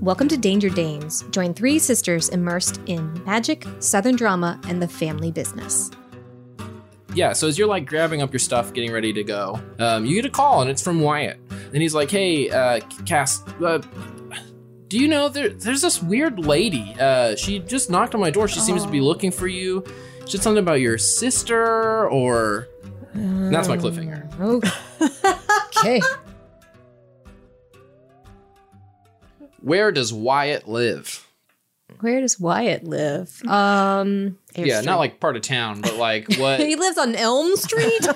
Welcome to Danger Danes. Join three sisters immersed in magic, southern drama, and the family business. yeah, so as you're like grabbing up your stuff, getting ready to go, um, you get a call and it's from Wyatt. And he's like, hey, uh, Cass, uh, do you know there, there's this weird lady? Uh, she just knocked on my door. She seems to Oh. be looking for you. She said something about your sister or. Uh, And that's my cliffhanger. Okay. Where does Wyatt live? Where does Wyatt live? Um, yeah, not like part of town, but like what? he lives on Elm Street.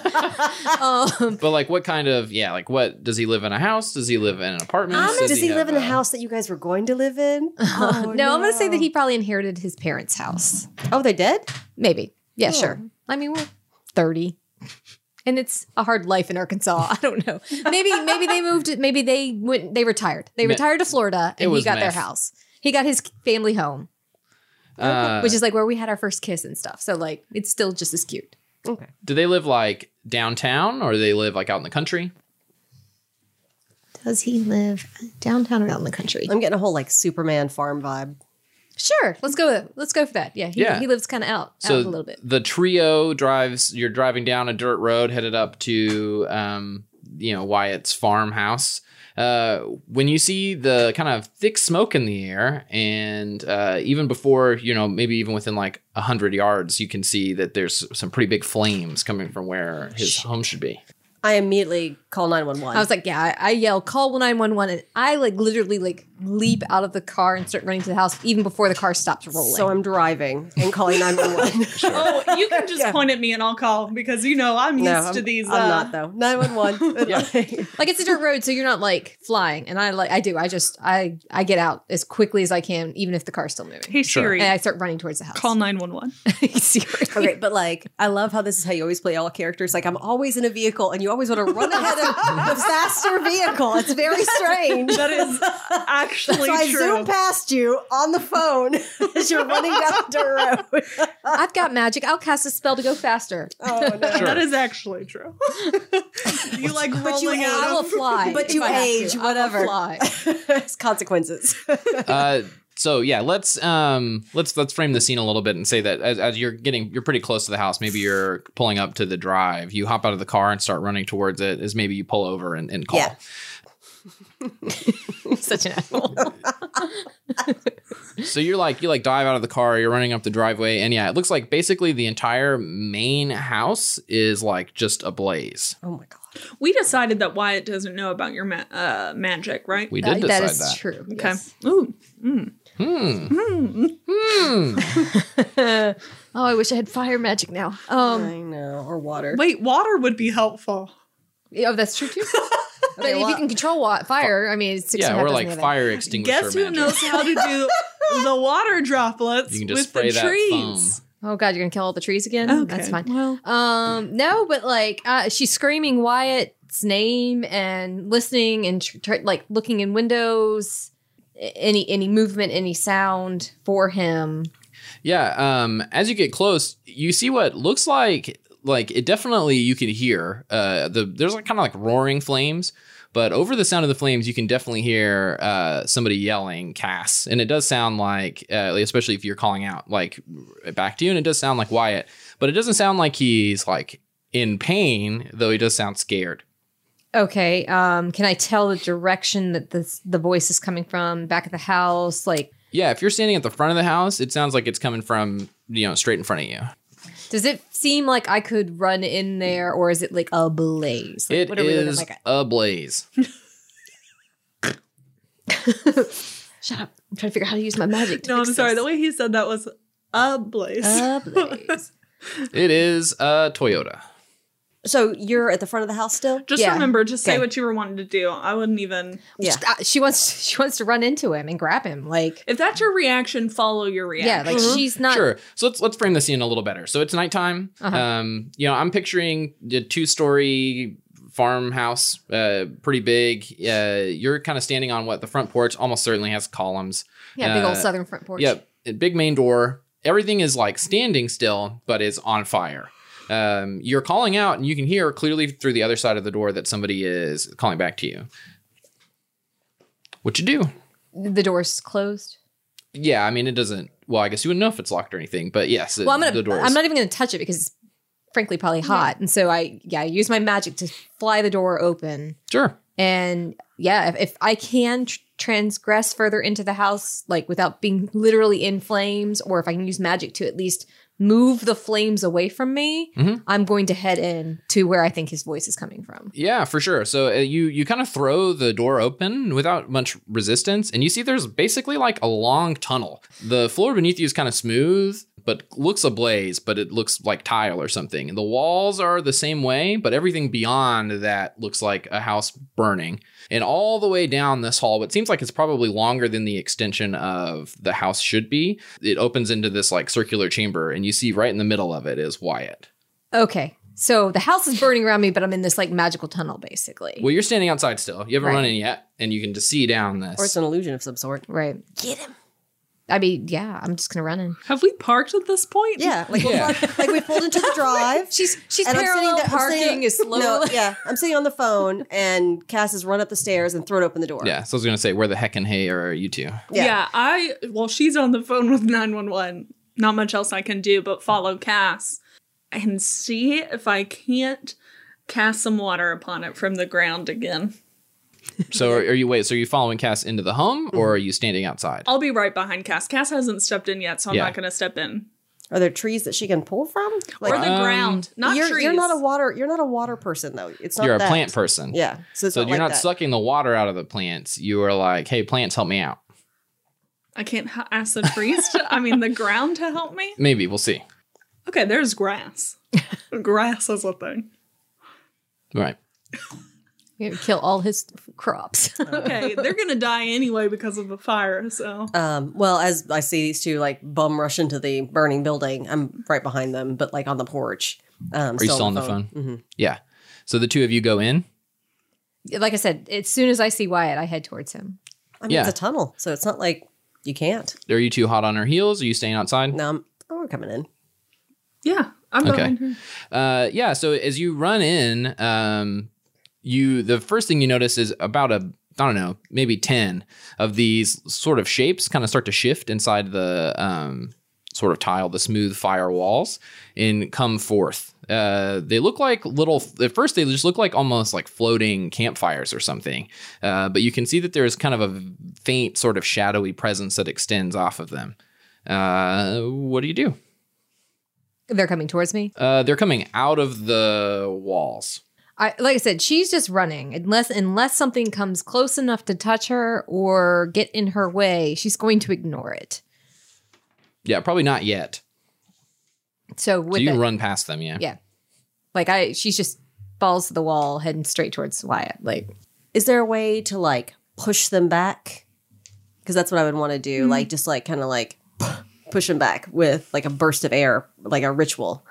um, but like what kind of? Yeah, like what? Does he live in a house? Does he live in an apartment? I'm gonna- Does Does he have live in the uh, a- house that you guys were going to live in? no, Oh, I'm going to say that he probably inherited his parents' house. Oh, they did? Maybe. Yeah, sure. I mean, we're 30. And it's a hard life in Arkansas. I don't know. Maybe maybe they moved maybe they went they retired. They Me- retired to Florida It and he was got their meth. house. He got his family home, Uh, which is like where we had our first kiss and stuff. So like it's still just as cute. Okay. do they live like downtown or do they live like out in the country? Does he live downtown or out in the country? I'm getting a whole like Superman farm vibe. Sure. Let's go with, let's go for that. Yeah. He, Yeah. he lives kind of out, so out a little bit. the trio drives you're driving down a dirt road headed up to um you know wyatt's farmhouse uh when you see the kind of thick smoke in the air and uh even before you know maybe even within like a hundred yards you can see that there's some pretty big flames coming from where his home should be I immediately call 911. I was like, yeah, I, I yell, call 911. And I like literally like leap out of the car and start running to the house even before the car stops rolling. so I'm driving and calling 911. Oh, you can just point at me and I'll call because you know I'm used no, I'm, to these. I'm uh, not though. 911. like it's a dirt road, so you're not like flying. And I like I do. I just I I get out as quickly as I can, even if the car's still moving. Hey Sure. Siri, And I start running towards the house. call nine one one. Seriously. Okay, but like, I love how this is how you always play all characters. Like, I'm always in a vehicle, and you always want to run ahead of the faster vehicle. It's very strange. That is actually So I true. zoom past you on the phone as you're running down the dirt road. I've got magic. I'll cast a spell to go faster. Oh no! Sure. That is actually true. you like you rolling have- out. I will fly. But if you I have age, to. I will whatever. fly. it's consequences. uh so yeah let's um let's let's frame the scene a little bit and say that as, as you're getting you're pretty close to the house maybe you're pulling up to the drive you hop out of the car and start running towards it as maybe you pull over and, and call Yeah. Such an asshole. so you're like you like dive out of the car you're running up the driveway and yeah it looks like basically the entire main house is like just ablaze oh my god! We decided that Wyatt doesn't know about your ma- uh, magic, right? we did That- decide that is that true. okay. yes. Ooh. Hmm. Hmm. oh, I wish I had fire magic now. Um, I know. Or water. Wait, water would be helpful. yeah, oh, that's true too. but if you well- can control wa- fire, I mean, it's six and a yeah half we're dozen like of it. fire extinguisher Guess who magic. knows how to do the water droplets You can just with spray the that trees? Oh God, you're gonna kill all the trees again. Okay. That's fine. Well, Um, no, but like uh, she's screaming Wyatt's name and listening and tr- tr- like looking in windows, a- any any movement, any sound for him. Yeah. Um, as you get close, you see what looks like like it definitely you can hear uh, the there's like kind of like roaring flames, but over the sound of the flames, you can definitely hear uh, somebody yelling Cass, and it does sound like uh, especially if you're calling out like back to you, and it does sound like Wyatt, but it doesn't sound like he's like in pain though he does sound scared. Okay. Um, can I tell the direction that this the voice is coming from? Back of the house, like. Yeah, if you're standing at the front of the house, it sounds like it's coming from you know straight in front of you. Does it seem like I could run in there, or is it like a blaze? Like, It are we looking is at? a blaze. Shut up! I'm trying to figure out how to use my magic. To no, I'm fix sorry. The This. way he said that was a blaze. A blaze. it is a Toyota. So you're at the front of the house still? just yeah. remember, just say Okay. what you were wanting to do. I wouldn't even. Yeah. Just, uh, she wants she wants to run into him and grab him. Like If that's your reaction, follow your yeah, Mm-hmm. reaction. like she's not. Sure. So let's let's frame the scene a little better. So it's nighttime. Uh-huh. Um, you know, I'm picturing the two story farmhouse, uh, pretty big. Uh, you're kind of standing on what the front porch almost certainly has columns. Yeah, big Uh, old southern front porch. Yep. a Big main door. Everything is like standing still, but is on fire. Um, you're calling out, and you can hear clearly through the other side of the door that somebody is calling back to you. What you do? The door's closed. Yeah, I mean it doesn't. Well, I guess you wouldn't know if it's locked or anything. But yes, it, well, I'm gonna. the doors. I'm not even gonna touch it because it's frankly probably hot. And so I, yeah, I use my magic to fly the door open. sure. And yeah, if, if I can tr- transgress further into the house, like without being literally in flames, or if I can use magic to at least move the flames away from me, Mhm. I'm going to head in to where I think his voice is coming from. Yeah, for sure. So uh, you you kind of throw the door open without much resistance, and you see there's basically like a long tunnel. The floor beneath you is kind of smooth, but looks ablaze, but it looks like tile or something. And the walls are the same way, but everything beyond that looks like a house burning. And all the way down this hall, what seems like it's probably longer than the extension of the house should be, it opens into this like circular chamber, and you see right in the middle of it is Wyatt. Okay. So the house is burning around me, but I'm in this like magical tunnel basically. Well, you're standing outside still. You haven't Right. run in yet, and you can just see down this. Or it's an illusion of some sort. right. Get him. I mean, yeah, I'm just gonna run in. Have we parked at this point? Yeah. Like, Yeah. We're, like, like we pulled into the drive. She's she's and I'm sitting parallel there- I'm parking sitting- is slow. No, yeah. I'm sitting on the phone and Cass has run up the stairs and thrown open the door. yeah, so I was gonna say, where the heck and hey are you two? Yeah. I well, she's on the phone with 911. Not much else I can do but follow Cass and see if I can't cast some water upon it from the ground again. So are, are you wait? So are you following Cass into the home, Mm-hmm. or are you standing Oh, outside? I'll be right behind Cass. Cass hasn't stepped in yet, so I'm Yeah. not going to step in. Are there trees that she can pull from? or the Um, ground, not you're, trees. you're not a water you're not a water person though. It's not You're a that. plant person. Yeah. So, it's So not you're like not that. sucking the water out of the plants. You are like, hey, plants, help me out. I can't h- ask the trees. To, I mean, the ground to help me. Maybe we'll see. Okay, there's grass. grass is a thing. Right. You're gonna kill all his crops. Okay, they're gonna die anyway because of the fire. So Um, well, as I see these two like bum rush into the burning building, I'm right behind them, but like on the porch. Um, Are you still on the phone? Yeah. So the two of you go in. like I said, as soon as I see Wyatt, I head towards him. I mean, Yeah. it's a tunnel, so it's not like you can't. Are you two hot on her heels? Are you staying outside? No, I'm, oh, we're coming in. yeah, I'm Okay. behind her. Uh, yeah. So as you run in, um, you the first thing you notice is about a I don't know maybe ten of these sort of shapes kind of start to shift inside the um, sort of tile, the smooth fire walls, and come forth. Uh, they look like little. At first, they just look like almost like floating campfires or something. Uh, but you can see that there is kind of a faint, sort of shadowy presence that extends off of them. Uh, what do you do? They're coming towards me. Uh, they're coming out of the walls. I like I said, she's just running. Unless unless something comes close enough to touch her or get in her way, she's going to ignore it. Yeah, probably not yet. So with so you it, run past them, yeah. Yeah. like I, she's just balls to the wall, heading straight towards Wyatt. Like Is there a way to like push them back? Because that's what I would want to do. Like, just like kind of like push them back with like a burst of air, like a ritual.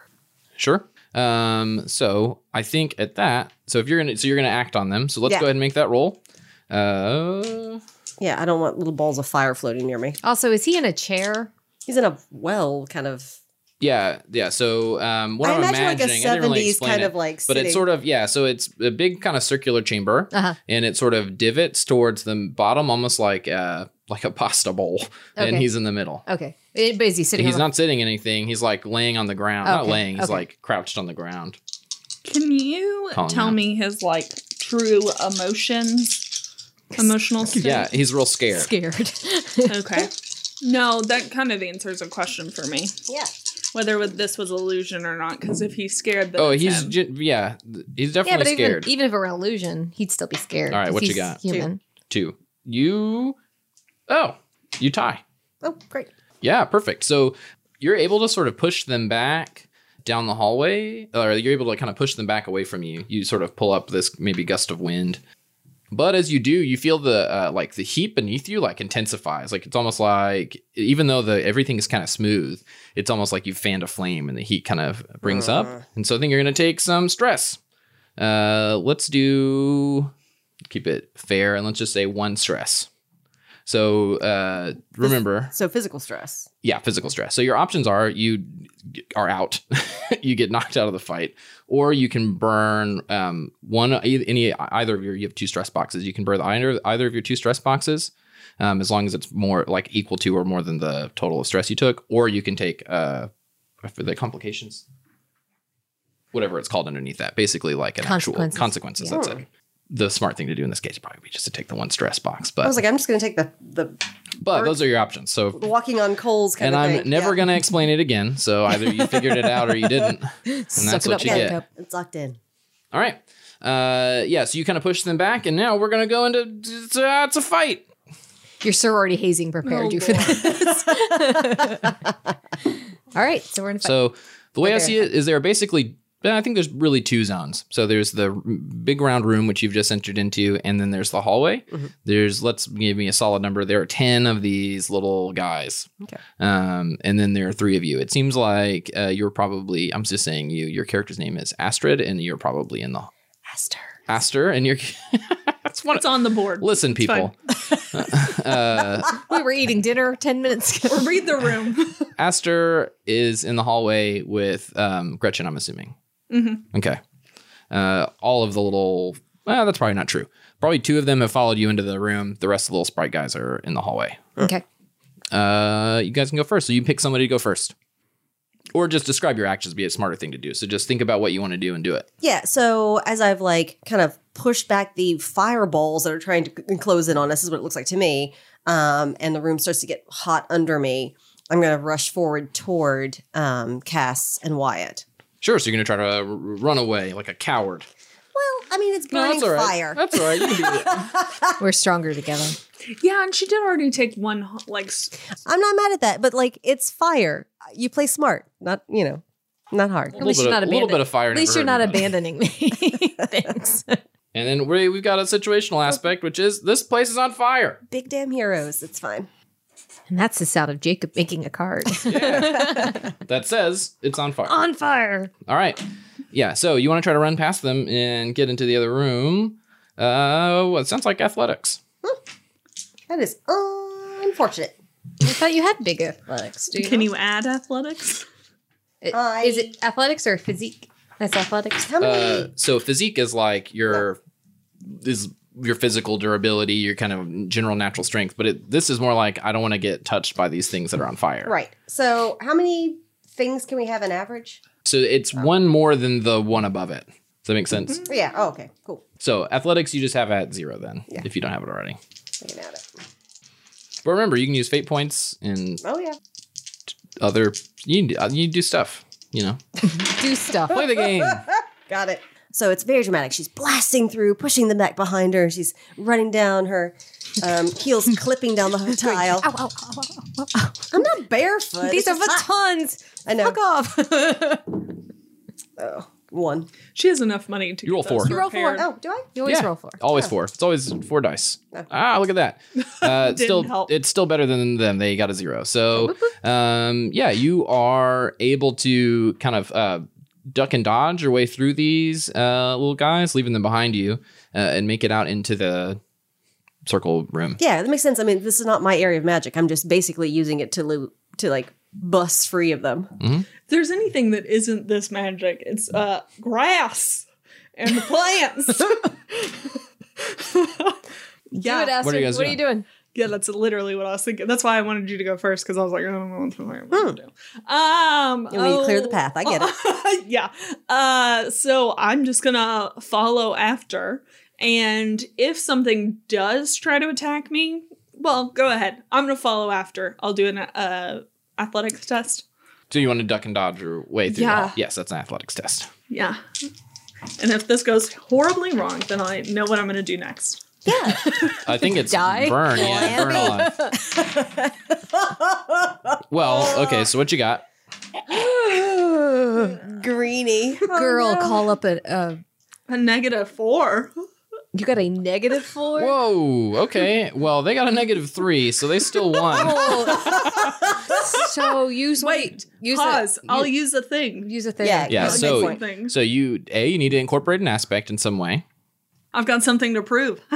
Sure. Um, so I think at that, so if you're gonna, so you're gonna act on them. So let's Yeah. go ahead and make that roll. Uh, Yeah, I don't want little balls of fire floating near me. also, is he in a chair? He's in a well, kind of. yeah, yeah. So um, what I am imagine like a imagining, I didn't really 70s explain kind it, of like. but it's sort of yeah. So it's a big kind of circular chamber, Uh-huh. and it sort of divots towards the bottom, almost like uh like a pasta bowl, and Okay. he's in the middle. Okay, Eh, but is he sitting? He's on the- not sitting in anything. He's like laying on the ground. Not Okay, laying. He's okay. like crouched on the ground. Can you Calling tell out. me his like true emotions, emotional state? Yeah, he's real scared. scared. Okay. No, that kind of answers a question for me, Yeah. whether with- this was illusion or not. Because if he's scared, then Oh, it's he's him. ju- yeah, th- he's yeah, definitely but even, e scared even if it were an illusion, he'd still be scared. All right, 'cause what you he's got? Human. too. You, oh, you tie. Oh, great. Yeah, perfect. So you're able to sort of push them back down the hallway, or you're able to kind of push them back away from you. You sort of pull up this maybe gust of wind. But as you do, you feel the uh, like the heat beneath you like intensifies. Like it's almost like even though the everything is kind of smooth, it's almost like you fanned a flame and the heat kind of brings up. And so I think you're gonna take some stress. Uh, let's do keep it fair and let's just say one stress. So uh, remember, So physical stress. yeah, physical stress. So your options are you are out, you get knocked out of the fight, or you can burn e, um, one e- any either of your you have two stress boxes. You can burn either either of your two stress boxes, um, as long as it's more like equal to or more than the total of stress you took, or you can take uh, for the complications, whatever it's called underneath that, basically like an Consequences. actual consequences. That's it. The smart thing to do in this case would probably be just to take the one stress box, I but was like, I'm just going to take the the but those are your options. So walking on coals kind and of I'm thing. never Yeah. going to explain it again. So either you figured it out or you didn't. And that's what you Jack get. up. It's locked in. All right. Uh, yeah. So you kind of push them back, and now we're going to go into it's, uh, it's a fight. Your sorority hazing prepared Oh, you for boy. this. All right, so we're in a fight. So the way I Okay. see it is there are basically I think there's really two zones. So there's the r- big round room which you've just entered into, and then there's the hallway. There's let's give me a solid number. There are ten of these little guys. Okay. Um, and then there are three of you. It seems like uh, you're probably I'm just saying you. Your character's name is Astrid, and you're probably in the Aster. Aster, and you're that's one. It's on the board. Listen, people. uh, we were eating dinner 10 minutes ago. Or read the room. Aster is in the hallway with um, Gretchen, I'm assuming. Mhm. Okay. Uh, all of the little. Well, that's probably not true. Probably two of them have followed you into the room. The rest of the little sprite guys are in the hallway. Okay. Uh, you guys can go first. So you pick somebody to go first. Or just describe your actions, be a smarter thing to do. So just think about what you want to do and do it. Yeah. So as I've like kind of pushed back the fireballs that are trying to c- close in on us, is what it looks like to me. Um, and the room starts to get hot under me. I'm going to rush forward toward um, Cass and Wyatt. Sure. So you're going to try to uh, r- run away like a coward. Well, I mean, it's No, burning that's all right. fire. That's all right. You can do it. We're stronger together. yeah, and she did already take one ho- like s- I'm not mad at that, but like it's fire. You play smart, not you know, not hard. A little, bit, you're of, not a little abandoned. bit of fire. At never least you're hurt not anybody. abandoning me. Thanks. And then we, we've got a situational aspect, which is this place is on fire. Big damn heroes. It's fine. And that's the sound of Jacob making a card. That says it's on fire. Ah. On fire. All right. Yeah. So you want to try to run past them and get into the other room. Uh, well, it sounds like athletics. That is unfortunate. I thought you had big athletics. Do you Can not? you add athletics? It- I- Is it athletics or physique? That's athletics. How many? Uh, so physique is like your is your physical durability, your kind of general natural strength. But it, this is more like I don't want to get touched by these things that are on fire. right. So how many things can we have on average? So it's one more than the one above it. Does that make sense? Yeah. Oh, okay. Cool. So athletics, you just have at zero then, Yeah. if you don't have it already. I can add it. But remember, you can use fate points and Oh yeah. other. You can do- you do stuff. You know, Do stuff. play the game. Ah, Got it. So it's very dramatic. She's blasting through, pushing them back behind her. She's running down her um, heels, clipping down the tile. Ow, ow, ow, ow, ow, ow. I'm not barefoot. These It's are just hot. batons. I know. Fuck off. Oh, one. She has enough money to You roll get those four. You roll four. repaired. Oh, do I? you always Yeah, roll four. Always four. It's always four dice. Oh. Ah, look at that. Uh, it's Didn't still, help. it's still better than them. They got a zero. So, um, yeah, you are able to kind of uh, duck and dodge your way through these uh, little guys, leaving them behind you, uh, and make it out into the circle room. Yeah, that makes sense. I mean, this is not my area of magic. I'm just basically using it to lo- to like bust free of them. If there's anything that isn't this magic, it's uh grass and plants. Do it, yeah. Astrid. What are you guys what are you doing? Yeah, that's literally what I was thinking. That's why I wanted you to go first because I was like, "Oh, I don't know what the fuck I'm gonna Hmm. do. Um And we clear the oh, path. I get it. yeah. Uh, so I'm just gonna follow after, and if something does try to attack me, well, go ahead. I'm gonna follow after. I'll do an uh, athletics test. So you want to duck and dodge your way through? Yeah. that? Yes, that's an athletics test. Yeah. And if this goes horribly wrong, then I know what I'm gonna do next. Yeah. I think it's Die? burn. Yeah. Yeah, burn alive. well, okay. So what you got? Oh, Greeny. Girl, Oh, call up a. Uh, A negative four. you got a negative four? Whoa. Okay. Well, they got a negative three, so they still won. so use one- Wait, use pause. A, i I'll use, use a thing. use a thing. Yeah, Yeah. That's a So good point. so you a you need to incorporate an aspect in some way. I've got something to prove.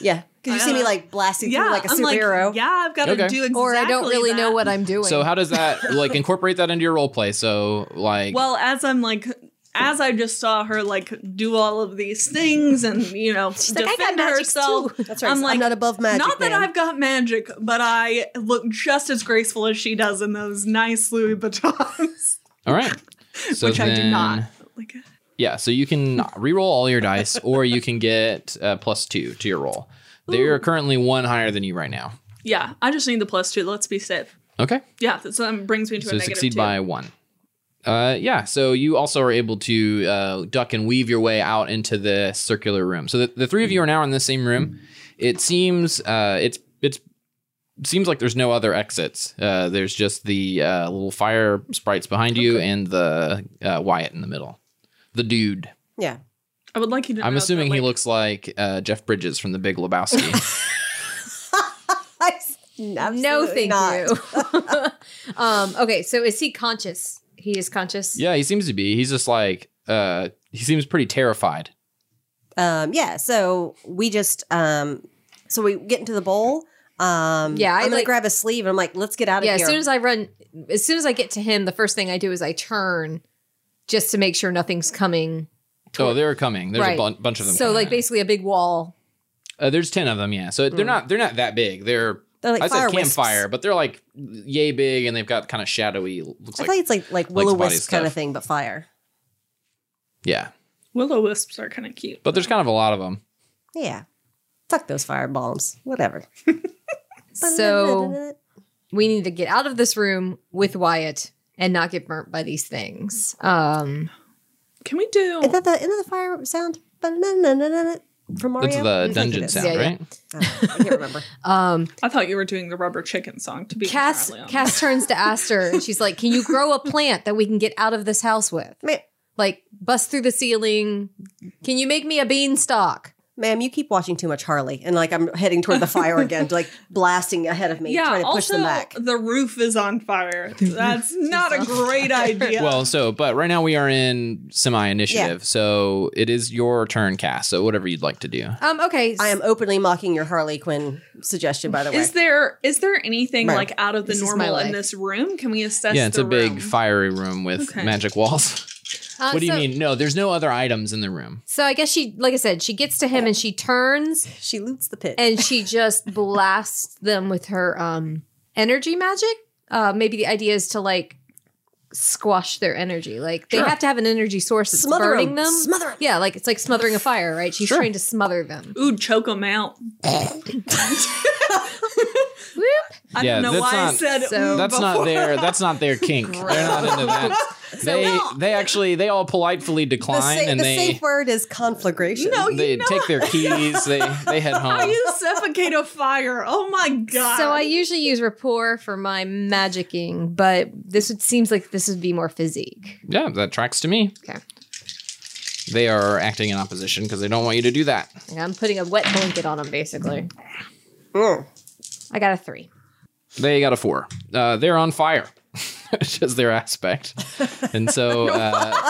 Yeah. Because you see me like blasting yeah, through like a I'm superhero. yeah, I've got to Okay. do exactly. Or I don't really know that. what I'm doing. So how does that like incorporate that into your role play? So like Well, as I'm like as I just saw her like do all of these things and you know like, "I got defend magic herself, too." That's right. I'm I'm, like, not above magic. not that man. I've got magic, but I look just as graceful as she does in those nice Louis Vuittons, All right. So which I do then- not. Like, Yeah, so you can re-roll all your dice, or you can get uh, plus two to your roll. They are currently one higher than you right now. yeah, I just need the plus two. Let's be safe. Okay, Yeah, that's that brings me to a so negative succeed two. by one. Uh, yeah, so you also are able to uh, duck and weave your way out into the circular room. So the, the three of you are now in the same room. It seems uh, it's it's seems like there's no other exits. Uh, there's just the uh, little fire sprites behind you and the uh, Wyatt in the middle, the dude. yeah. I would like you to. I'm know assuming that, he like, looks like uh, Jeff Bridges from The Big Lebowski. I, no, absolutely thank not. you. um, okay, so is he conscious? He is conscious. yeah, he seems to be. He's just like uh, he seems pretty terrified. Um, yeah. So we just um, so we get into the bowl. Um, Yeah, I, I'm gonna like- grab a sleeve and I'm like, let's get out of Yeah, here. as soon as I run, as soon as I get to him, the first thing I do is I turn just to make sure nothing's coming. Oh, they're coming. There's Right. a bun- bunch of them. So, coming like, in. basically a big wall. uh, there's ten of them. Yeah, so they're not they're not that big. They're They're Hmm. like I fire said wisps. campfire, but they're like yay big, and they've got kind of shadowy. Looks I like thought it's like like body will o wisp kind of stuff. thing, but fire. yeah, willow wisps are kind of cute. but there's kind of a lot of them. Yeah. Fuck those fire bombs. Whatever. So we need to get out of this room with Wyatt and not get burnt by these things. Um, Can we do? Isn't that the isn't that the fire sound? From Mario. That's I the think it dungeon is. sound, Yeah, yeah. right? I don't know. I can't remember. um, I thought you were doing the rubber chicken song. To be Cass, entirely honest. Cass turns to Aster and she's like, Can you grow a plant that we can get out of this house with? Ma- Like, bust through the ceiling. Can you make me a beanstalk? Ma'am, you keep watching too much Harley, and like I'm heading toward the fire again, like blasting ahead of me, trying to push them back. the roof is on fire. That's not a great idea. Well, so but right now we are in semi initiative, so it is your turn, Cass. So whatever you'd like to do. Um, okay. I am openly mocking your Harley Quinn suggestion, by the way. is there is there anything Right. like out of the This is my normal in life. this room? Can we assess? yeah, it's the a big room? fiery room with Okay. magic walls. Uh, What do you so- mean? No, there's no other items in the room. So I guess she, like I said, she gets to him and she turns she loots the pit. and she just blasts them with her um energy magic. Uh, maybe the idea is to like squash their energy. Like they Sure. have to have an energy source that's Smother 'em. burning them. Smother 'em. Yeah, like it's like smothering a fire, right? She's Sure. trying to smother them. Ooh, choke them out. Whoop. I Yeah, don't know that's why I not- said So- Oh, ooh That's not before. their. That's not their kink. They're not into that. They they actually they all politely the decline sa- and the they safe word is conflagration. No, you they know take their keys. They they head How home. you suffocate a fire? Oh my god! So I usually use rapport for my magicking, but this would, seems like this would be more physique. Yeah, that tracks to me. Okay. They are acting in opposition because they don't want you to do that. And I'm putting a wet blanket on them, basically. Mm. I got a three. They got a four. Uh, they're on fire, which is their aspect. And so uh,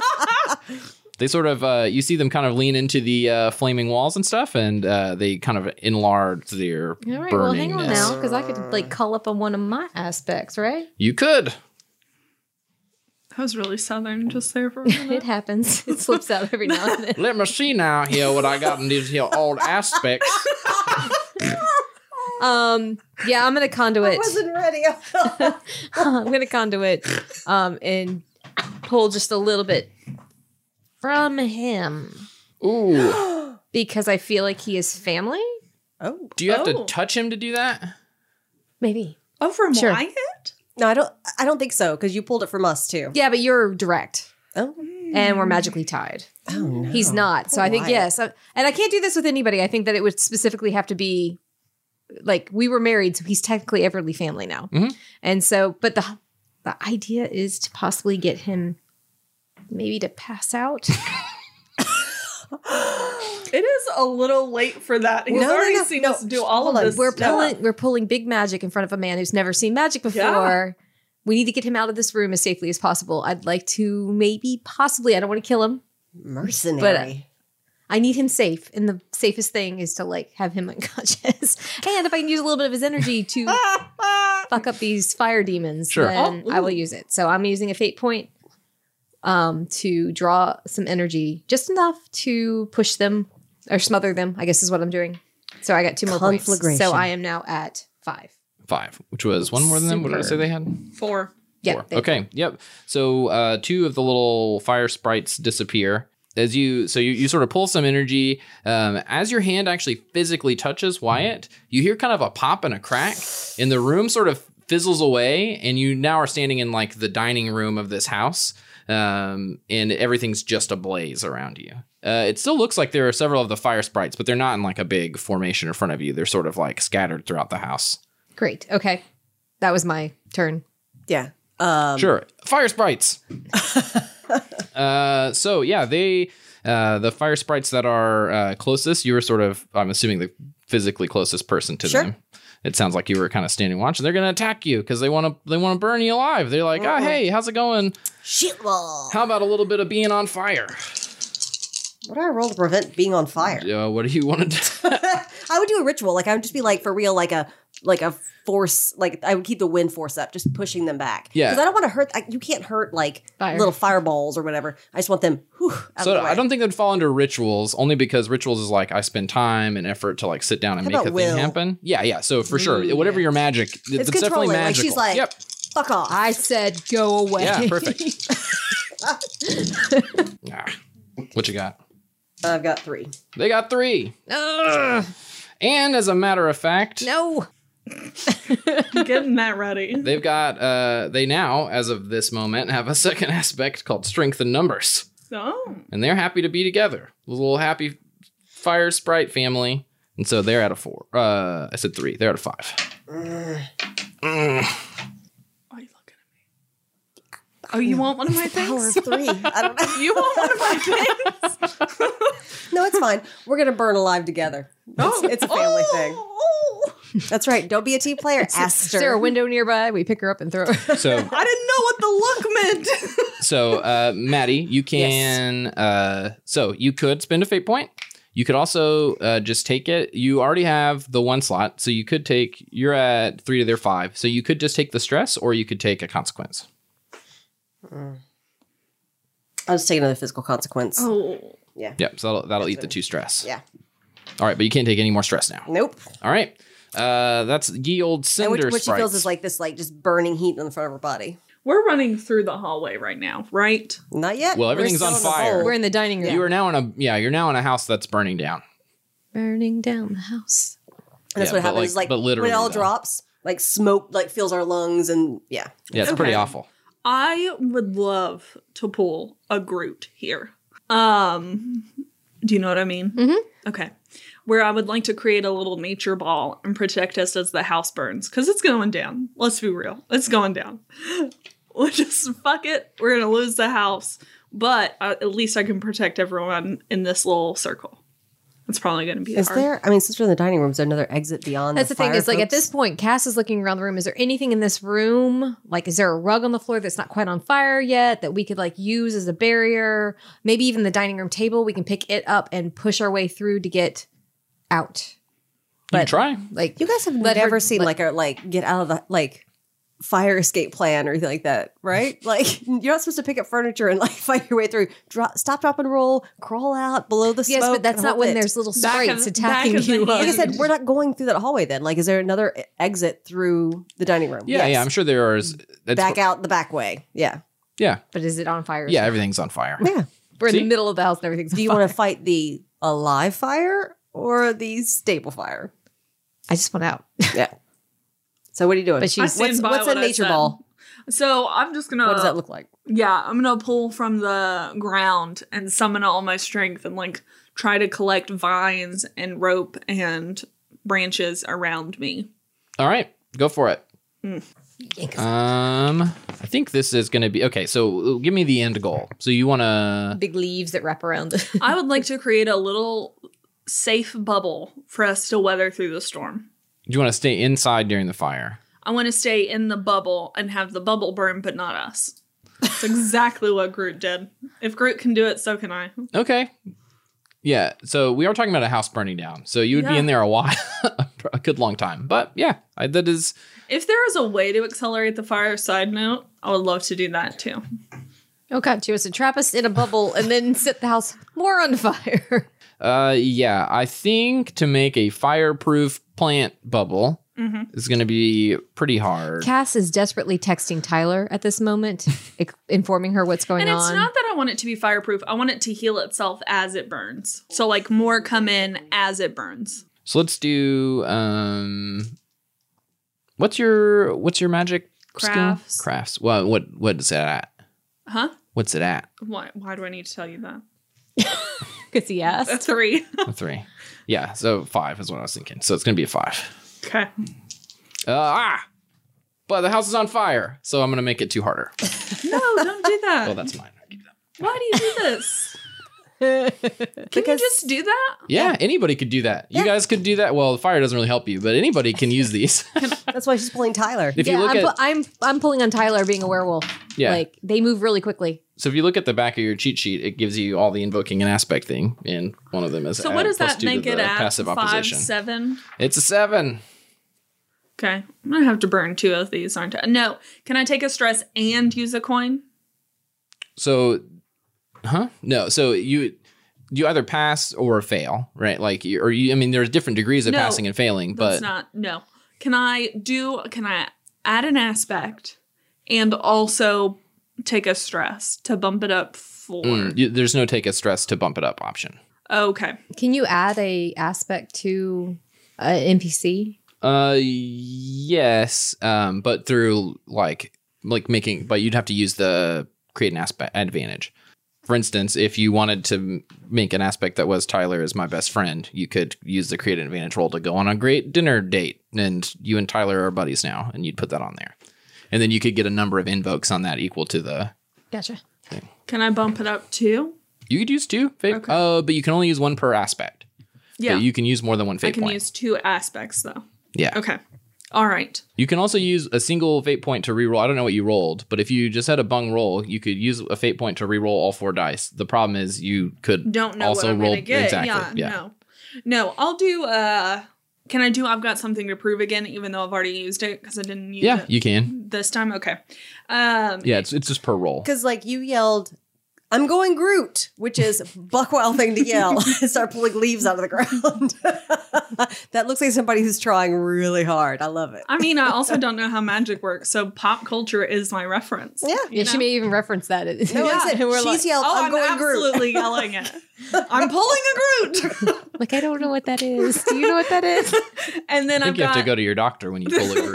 they sort of, uh, you see them kind of lean into the uh, flaming walls and stuff, and uh, they kind of enlarge their All right, well, hang burningness. on now, because I could like call up on one of my aspects, right? You could. that was really southern just there for a minute. It happens. It slips out every now and then. Let me see now here what I got in these here old aspects. Um, yeah, I'm gonna conduit. wasn't ready. Oh. I'm gonna conduit, um, and pull just a little bit from him Ooh. because I feel like he is family. oh Do you have Oh. to touch him to do that? Maybe. Oh, from Sure. Wyatt? no, I don't. I don't think so because you pulled it from us too. Yeah, but you're direct, Oh, and we're magically tied. oh no. He's not. So Poor I think Wyatt. yes, I- and I can't do this with anybody. I think that it would specifically have to be like we were married, so he's technically Everly family now. Mhm. And so, but the the idea is to possibly get him maybe to pass out. It is a little late for that. He's No, no, already no, seen no. us do all Hold of on. this. we're stuff. pulling we're pulling big magic in front of a man who's never seen magic Yeah. before. We need to get him out of this room as safely as possible. I'd like to maybe possibly I don't want to kill him. uh, mercenary. I need him safe, and the safest thing is to like have him unconscious. and if I can use a little bit of his energy to fuck up these fire demons, Sure. then Oh, I will ooh. use it. So I'm using a fate point um, to draw some energy, just enough to push them or smother them. I guess is what I'm doing. So I got two more points. So Conflagration. I am now at five. Five, which was one more than them. What did I say Super. they had? Four. Yeah. Four. they- Okay. Yep. So uh, two of the little fire sprites disappear as you. So you, you sort of pull some energy. Um, as your hand actually physically touches Wyatt, you hear kind of a pop and a crack, and the room sort of fizzles away, and you now are standing in like the dining room of this house, um, and everything's just ablaze around you. Uh, it still looks like there are several of the fire sprites, but they're not in like a big formation in front of you. They're sort of like scattered throughout the house. Great. Okay. That was my turn. Yeah. Um, sure fire sprites uh so yeah they uh the fire sprites that are uh closest you were sort of i'm assuming the physically closest person to Sure. them it sounds like you were kind of standing watch and they're gonna attack you because they want to they want to burn you alive they're like Mm-hmm. oh hey how's it going Shit wall. how about a little bit of being on fire What do I roll to prevent being on fire? uh, what do you want to do I would do a ritual. Like I would just be like for real, like a like a force. Like I would keep the wind force up, just pushing them back. Yeah. because I don't want to hurt. I, you can't hurt like Fire. little fireballs or whatever. I just want them. Whew, out so of the way. i don't think that'd fall under rituals only because rituals is like i spend time and effort to like sit down and How make a about thing will? happen yeah yeah so for sure whatever your magic th- It's that's definitely controlling. Like magical she's like, yep fuck off. I said go away. Yeah, perfect. Ah, what you got? I've got three. They got three. Ugh, And as a matter of fact, no. Getting that ready. they've got uh they now, as of this moment, have a second aspect called strength in numbers. Oh. And they're happy to be together. A little happy fire sprite family. And so they're out of four. Uh I said three. They're out of five. Why are you looking at me? Oh, you want one of my Power of things? three. I don't know. You want one of my things? No, it's fine. We're gonna burn alive together. Oh. It's, it's a family Oh, oh. thing. That's right. Don't be a team player. Is Aster. there a window nearby? We pick her up and throw her. So I didn't know what the look meant. so uh maddie you can uh so you could spend a fate point you could also uh, just take it you already have the one slot so you could take you're at three to their five so you could just take the stress or you could take a consequence I'll just take another physical consequence. oh. yep so that'll, that'll eat the two stress Yeah. all right but you can't take any more stress now Nope. all right uh that's ye old And cinder which, what she feels sprites. is like this, like just burning heat on the front of her body. We're running through the hallway right now, right? Not yet. Well, We're everything's still on in the fire. hole. We're in the dining room. you are now in a yeah you're now in a house that's burning down burning down the house. And that's Yeah, what but happens. like- is like but when literally, it all though. drops, like smoke, like fills our lungs, and yeah, yeah it's pretty Okay. awful I would love to pull a Groot here. Um, do you know what I mean? Mm-hmm. Okay. Where I would like to create a little nature ball and protect us as the house burns, because it's going down. Let's be real, it's going down. We'll just fuck it. We're gonna lose the house, but uh, at least I can protect everyone in this little circle. It's probably gonna be Is hard. there? I mean, since we're in the dining room, is there another exit beyond? That's the, thing. fire, Is like at folks? this point, Cass is looking around the room. Is there anything in this room? Like, is there a rug on the floor that's not quite on fire yet that we could like use as a barrier? Maybe even the dining room table. We can pick it up and push our way through to get out. you can But- try Like, you guys have Let her- never seen let- like a like get out of the like fire escape plan or anything like that, right? Like you're not supposed to pick up furniture and like fight your way through. Drop, stop, drop, and roll. Crawl out below the smoke. yes, but that's and not hold when it. there's little Back of- sprites back attacking of the you. hand. Like I said, we're not going through that hallway. Then, like, is there another e- exit through the dining room? yeah yeah i'm sure there are that's, Back out the back way. Yeah. yeah But is it on fire? yeah everything's on fire Yeah. we're in See? the middle of the house and everything's. Do you on want fire. to fight the alive fire or the stable fire? I just want out. Yeah. So what are you doing? But I she's. stand what's by what's a what I nature said. ball? So I'm just gonna. What does that look like? Yeah, I'm gonna pull from the ground and summon all my strength and like try to collect vines and rope and branches around me. all right go for it Yank us. Um, I think this is going to be okay. So uh, give me the end goal. So you want to? Big leaves that wrap around. I would like to create a little safe bubble for us to weather through the storm. Do you want to stay inside during the fire? I want to stay in the bubble and have the bubble burn, but not us. That's exactly what Groot did. If Groot can do it, so can I. Okay. Yeah. So we are talking about a house burning down. So you would be Yeah. in there a while, a good long time. But yeah, I, that is. If there is a way to accelerate the fire, side note, I would love to do that too. Oh god, she was to trap us in a bubble and then set the house more on fire. Uh, yeah, I think to make a fireproof plant bubble Mhm. is going to be pretty hard. Cass is desperately texting Tyler at this moment, ex- informing her what's going And it's on. not that I want it to be fireproof. I want it to heal itself as it burns. So like more come in as it burns. so let's do um, what's your what's your magic skill? Crafts. Crafts. Well, what what is that? At? Huh? What's it at? Why why do I need to tell you that? Because he A asked. three. A three. Yeah, so five is what I was thinking. So it's going to be a five. okay. Uh, ah, but the house is on fire, so I'm going to make it two harder. No, don't do that. Well, that's mine. I give that. Why do you do this? Can Because- you just do that? Yeah, anybody could do that. You guys could do that. Well, the fire doesn't really help you, but anybody can use these. That's why she's pulling Tyler. if yeah, you look I'm, at pu- I'm I'm pulling on Tyler being a werewolf. yeah, Like they move really quickly. so if you look at the back of your cheat sheet, it gives you all the invoking and aspect thing, and one of them is So add what does plus that two to make it the at? Passive Five, opposition. seven. It's a seven. Okay. I'm gonna have to burn two of these, aren't I? No. Can I take a stress and use a coin? So, huh? No. So you you either pass or fail, right? Like, you- or you. I mean, there's different degrees of No, passing and failing, That's but not no. Can I do can I add an aspect and also take a stress to bump it up four? mm, you, there's no take a stress to bump it up option. Okay. Can you add a aspect to an NPC? Uh, yes. Um, but through like like making, but you'd have to use the create an aspect advantage. For instance, if you wanted to m- make an aspect that was Tyler is my best friend, you could use the create an advantage roll to go on a great dinner date, and you and Tyler are buddies now, and you'd put that on there, and then you could get a number of invokes on that equal to the. Gotcha. Can I bump it up two? You could use two, fate, Okay. uh, but you can only use one per aspect. Yeah. But you can use more than one fate I can point. use two aspects though. yeah. Okay. All right. You can also use a single fate point to reroll. I don't know what you rolled, but if you just had a bung roll, you could use a fate point to reroll all four dice. The problem is you could Don't know also what I'm roll gonna get. exactly. Yeah, No. No, I'll do uh can I do I've got something to prove again, even though I've already used it because I didn't use Yeah, it you can. this time? Okay. Um Yeah, it's it's just per roll. Because like you yelled, I'm going Groot, which is a Buckwild thing to yell and start pulling leaves out of the ground. that looks like somebody who's trying really hard. I love it. I mean, I also don't know how magic works, so pop culture is my reference. Yeah. Yeah, she may even reference that. No, Yeah. I said, We're she's like- yelled, Oh, I'm, I'm, going Groot. absolutely yelling it. I'm pulling a Groot, Like I don't know what that is. Do you know what that is? and then I I've think you have got, to go to your doctor when you pull a group.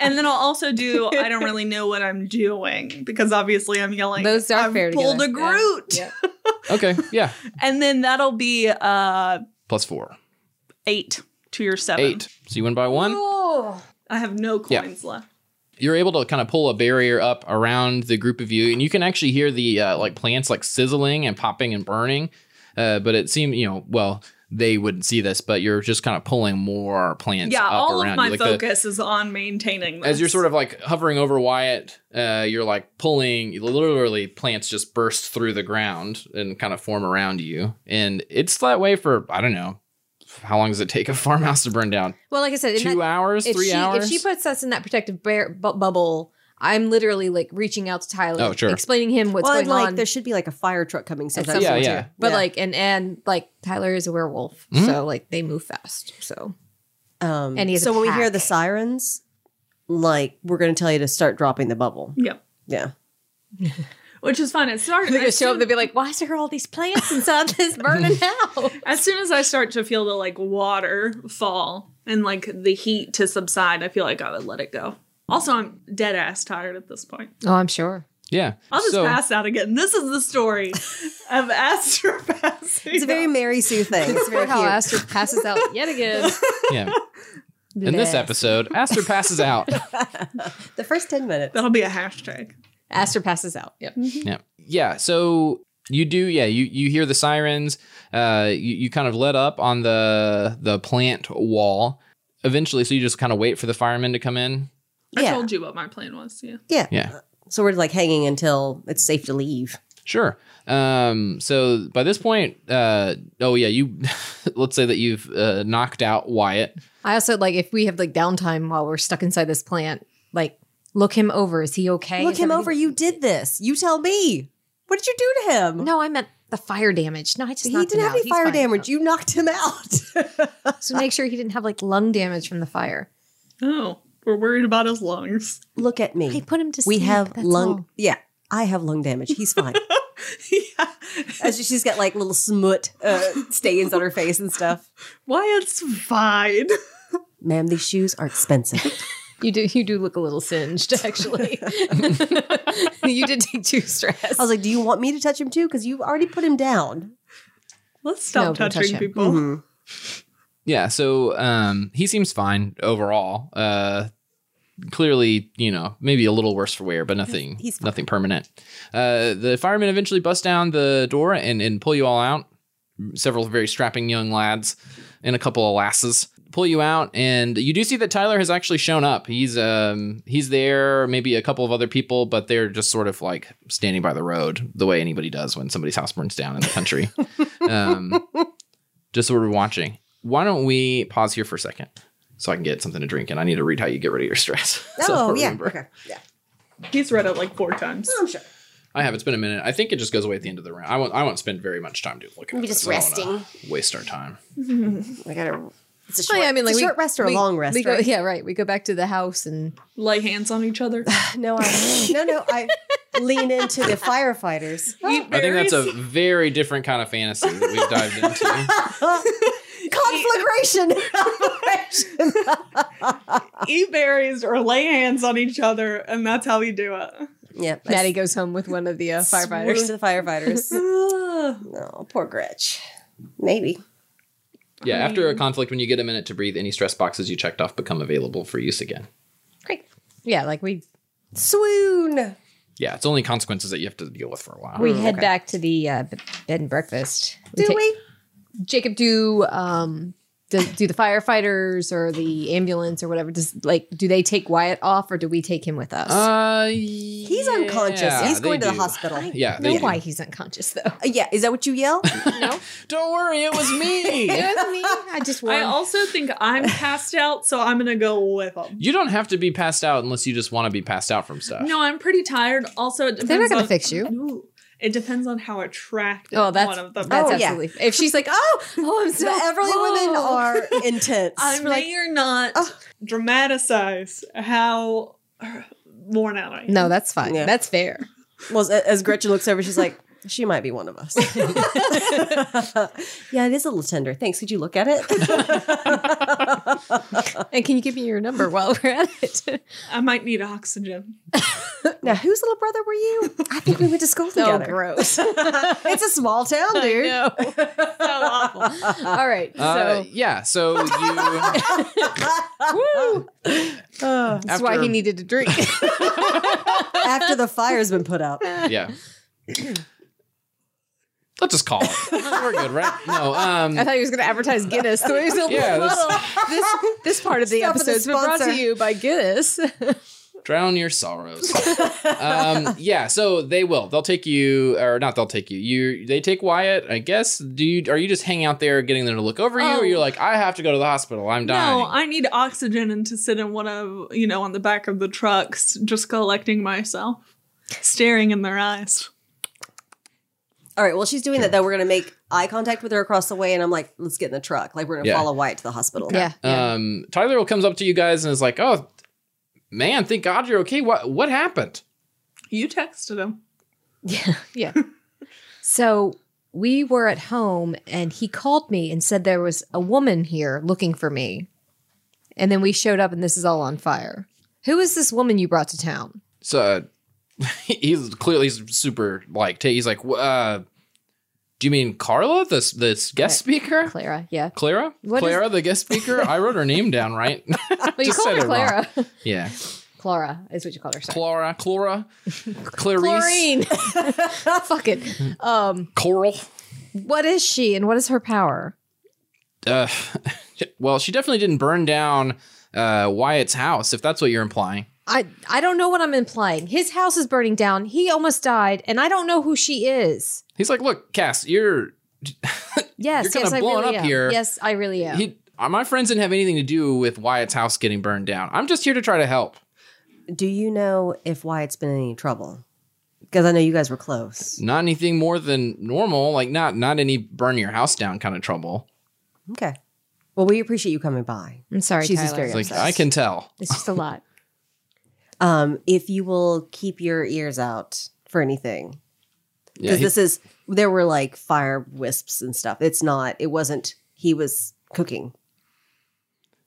and then I'll also do. I don't really know what I'm doing because obviously I'm yelling. Those are I've fair pulled together. a Yeah. Groot, Yeah. okay, yeah, and then that'll be uh plus four, eight to your seven. eight. So you win by one. I have no Yeah. coins left. You're able to kind of pull a barrier up around the group of you, and you can actually hear the uh, like plants like sizzling and popping and burning. Uh, but it seemed, you know, well, they wouldn't see this, but you're just kind of pulling more plants. yeah, up all around of my you. Like the- focus is on maintaining. This. as you're sort of like hovering over Wyatt, uh, you're like pulling. Literally, plants just burst through the ground and kind of form around you, and it's that way for I don't know how long does it take a farmhouse to burn down? Well, like I said, in Two that- hours, if three she, hours. If she puts us in that protective bear, bu- bubble, I'm literally like reaching out to Tyler, Oh, sure. explaining him what's well, and, going like on. there should be like a fire truck coming sometime. some yeah, point yeah. too. But Yeah. like, and and like Tyler is a werewolf, Mhm. so like they move fast. So Um, And he has so a when we hear pack. the sirens, like we're going to tell you to start dropping the bubble. Yep. Yeah. Which is fine. It started. they're gonna as show up. soon- They'll be like, "Why is there all these plants inside this burning house?" As soon as I start to feel the like water fall and like the heat to subside, I feel like I would let it go. Also, I'm dead ass tired at this point. Oh, I'm sure. yeah, I'll just so, pass out again. This is the story of Aster passing. It's a very out. Mary Sue thing. It's very How cute. Aster passes out yet again. yeah. In this episode, Aster passes out. The first 10 minutes. That'll be a hashtag. Aster passes out. Yep. Yeah. Yeah. So you do, yeah, you, you hear the sirens. Uh, you, you kind of let up on the the plant wall. Eventually, so you just kind of wait for the firemen to come in. I Yeah. told you what my plan was. Yeah. Yeah. Yeah. So we're like hanging until it's safe to leave. Sure. Um, so by this point, uh, oh yeah, you let's say that you've uh, knocked out Wyatt. I also like if we have like downtime while we're stuck inside this plant, like Look him over. Is he okay? Look Is him everything- over. You did this. You tell me. What did you do to him? No, I meant the fire damage. No, I just he knocked didn't him have out. any He's fire fine. damage. You knocked him out. So make sure he didn't have like lung damage from the fire. Oh, we're worried about his lungs. Look at me. I put him to sleep. we have that's lung. all. Yeah, I have lung damage. He's fine. yeah. As she's got like little smut uh, stains on her face and stuff. Wyatt's fine. Ma'am, these shoes are expensive. You do. You do look a little singed, actually. you did take two stress. I was like, do you want me to touch him too? Because you already put him down. Let's No, stop don't touch touching him. people. Mhm. Yeah, so um, he seems fine overall. Uh, clearly, you know, maybe a little worse for wear, but nothing, he's fine. nothing permanent. Uh, the firemen eventually bust down the door and, and pull you all out. Several very strapping young lads and a couple of lasses pull you out, and you do see that Tyler has actually shown up. He's um he's there, maybe a couple of other people, but they're just sort of like standing by the road, the way anybody does when somebody's house burns down in the country. um, just sort of watching. Why don't we pause here for a second so I can get something to drink and I need to read how you get rid of your stress. So Oh, I'll yeah. remember. Okay. Yeah. He's read it like four times. I'm sure. I have. It's been a minute. I think it just goes away at the end of the round. I won't. I won't spend very much time doing looking. at Maybe just this. I don't wanna Waste our time. I gotta. It's Oh, a short, yeah, I mean, like it's a we- short rest or a we- long rest. we go- right? Yeah, right. We go back to the house and Lay hands on each other. No, I, no, no. I lean into the firefighters. Eat I think that's a berries. very different kind of fantasy that we've dived into. Conflagration. eat berries or lay hands on each other, and that's how you do it. yep. I Maddie goes home with one of the uh, swoon firefighters. to the firefighters. Ah. no, poor Gretch. Maybe. Yeah. After a conflict, when you get a minute to breathe, any stress boxes you checked off become available for use again. Great. Yeah, like we Swoon. Yeah, it's only consequences that you have to deal with for a while. we head back to the uh, b- bed and breakfast. Do ta- we? Jacob do um do, do the firefighters or the ambulance or whatever? Does like do they take Wyatt off or do we take him with us? Uh, He's unconscious. He's going to the hospital. Yeah, know they do. why he's unconscious though. Uh, yeah. Is that what you yell? no, Don't worry, it was it me. was me. I just I want. also think I'm passed out, so I'm gonna go with him. You don't have to be passed out unless you just want to be passed out from stuff. No, I'm pretty tired. Also, it depends They're not gonna on- fix you. No. It depends on how attractive oh, that's one of them. that's Oh, yeah. absolutely. If she's like, oh, oh, I'm so the elderly women oh. are intense. I may We're like, or not Oh. dramatize how uh, worn out I am. No, that's fine. Yeah. That's fair. well, a- as Gretchen looks over, she's like, she might be one of us. yeah, it is a little tender. Thanks. Could you look at it? And can you give me your number while we're at it? I might need oxygen. now, whose little brother were you? I think we went to school so together. gross. it's a small town, dude. No. All right. So Uh, yeah, so you. woo. Uh, that's why After- he needed a drink. after the fire's been put out. yeah. Let's just call it. We're good, right? No. I Um. thought he was going to advertise Guinness. The way he was like, Yeah, this- "Well, this, this part of the Stop with the episode's been brought sponsor. to you by Guinness. Drown your sorrows. um. Yeah. So they will. They'll take you, or not? They'll take you. You. They take Wyatt. I guess. Do you? Are you just hanging out there, getting them to look over you, Oh. or you're like, I have to go to the hospital. I'm dying. No, I need oxygen and to sit in one of you know on the back of the trucks, just collecting myself, staring in their eyes. All right, well, she's doing that though. We're gonna make eye contact with her across the way, and I'm like, let's get in the truck. Like we're gonna Yeah. follow White to the hospital. yeah. Um, Tyler comes up to you guys and is like, "Oh, man, thank God you're okay. What what happened?" You texted him. Yeah. Yeah. so we were at home and he called me and said there was a woman here looking for me. And then we showed up and this is all on fire. Who is this woman you brought to town? So uh, he's clearly super like. ta- He's like, "Wh- uh, "Do you mean Carla, this this guest speaker?" Clara. Yeah. Clara, What is- Clara, the guest speaker. I wrote her name down right. Well, you Just called her said it wrong. Clara. yeah, Clara is what you called her. Sorry. Clara, Clara, Clarice, Chlorine. Fuck it. Um, Coral. what is she and what is her power? Uh, well, she definitely didn't burn down uh, Wyatt's house, if that's what you're implying. I I don't know what I'm implying. His house is burning down. He almost died, and I don't know who she is. He's like, "Look, Cass, you're." Yes, You're kinda yes, I blowing really up am. here. Yes, I really am. He, uh, my friends didn't have anything to do with Wyatt's house getting burned down. I'm just here to try to help. Do you know if Wyatt's been in any trouble? Because I know you guys were close. Not anything more than normal, like not not any burn your house down kind of trouble. Okay. Well, we appreciate you coming by. I'm sorry, She's Tyler. hysteria. It's like obsessed. I can tell. It's just a lot. Um, if you will keep your ears out for anything, Yeah, because he- this is there were like fire wisps and stuff. It's not. It wasn't. He was cooking.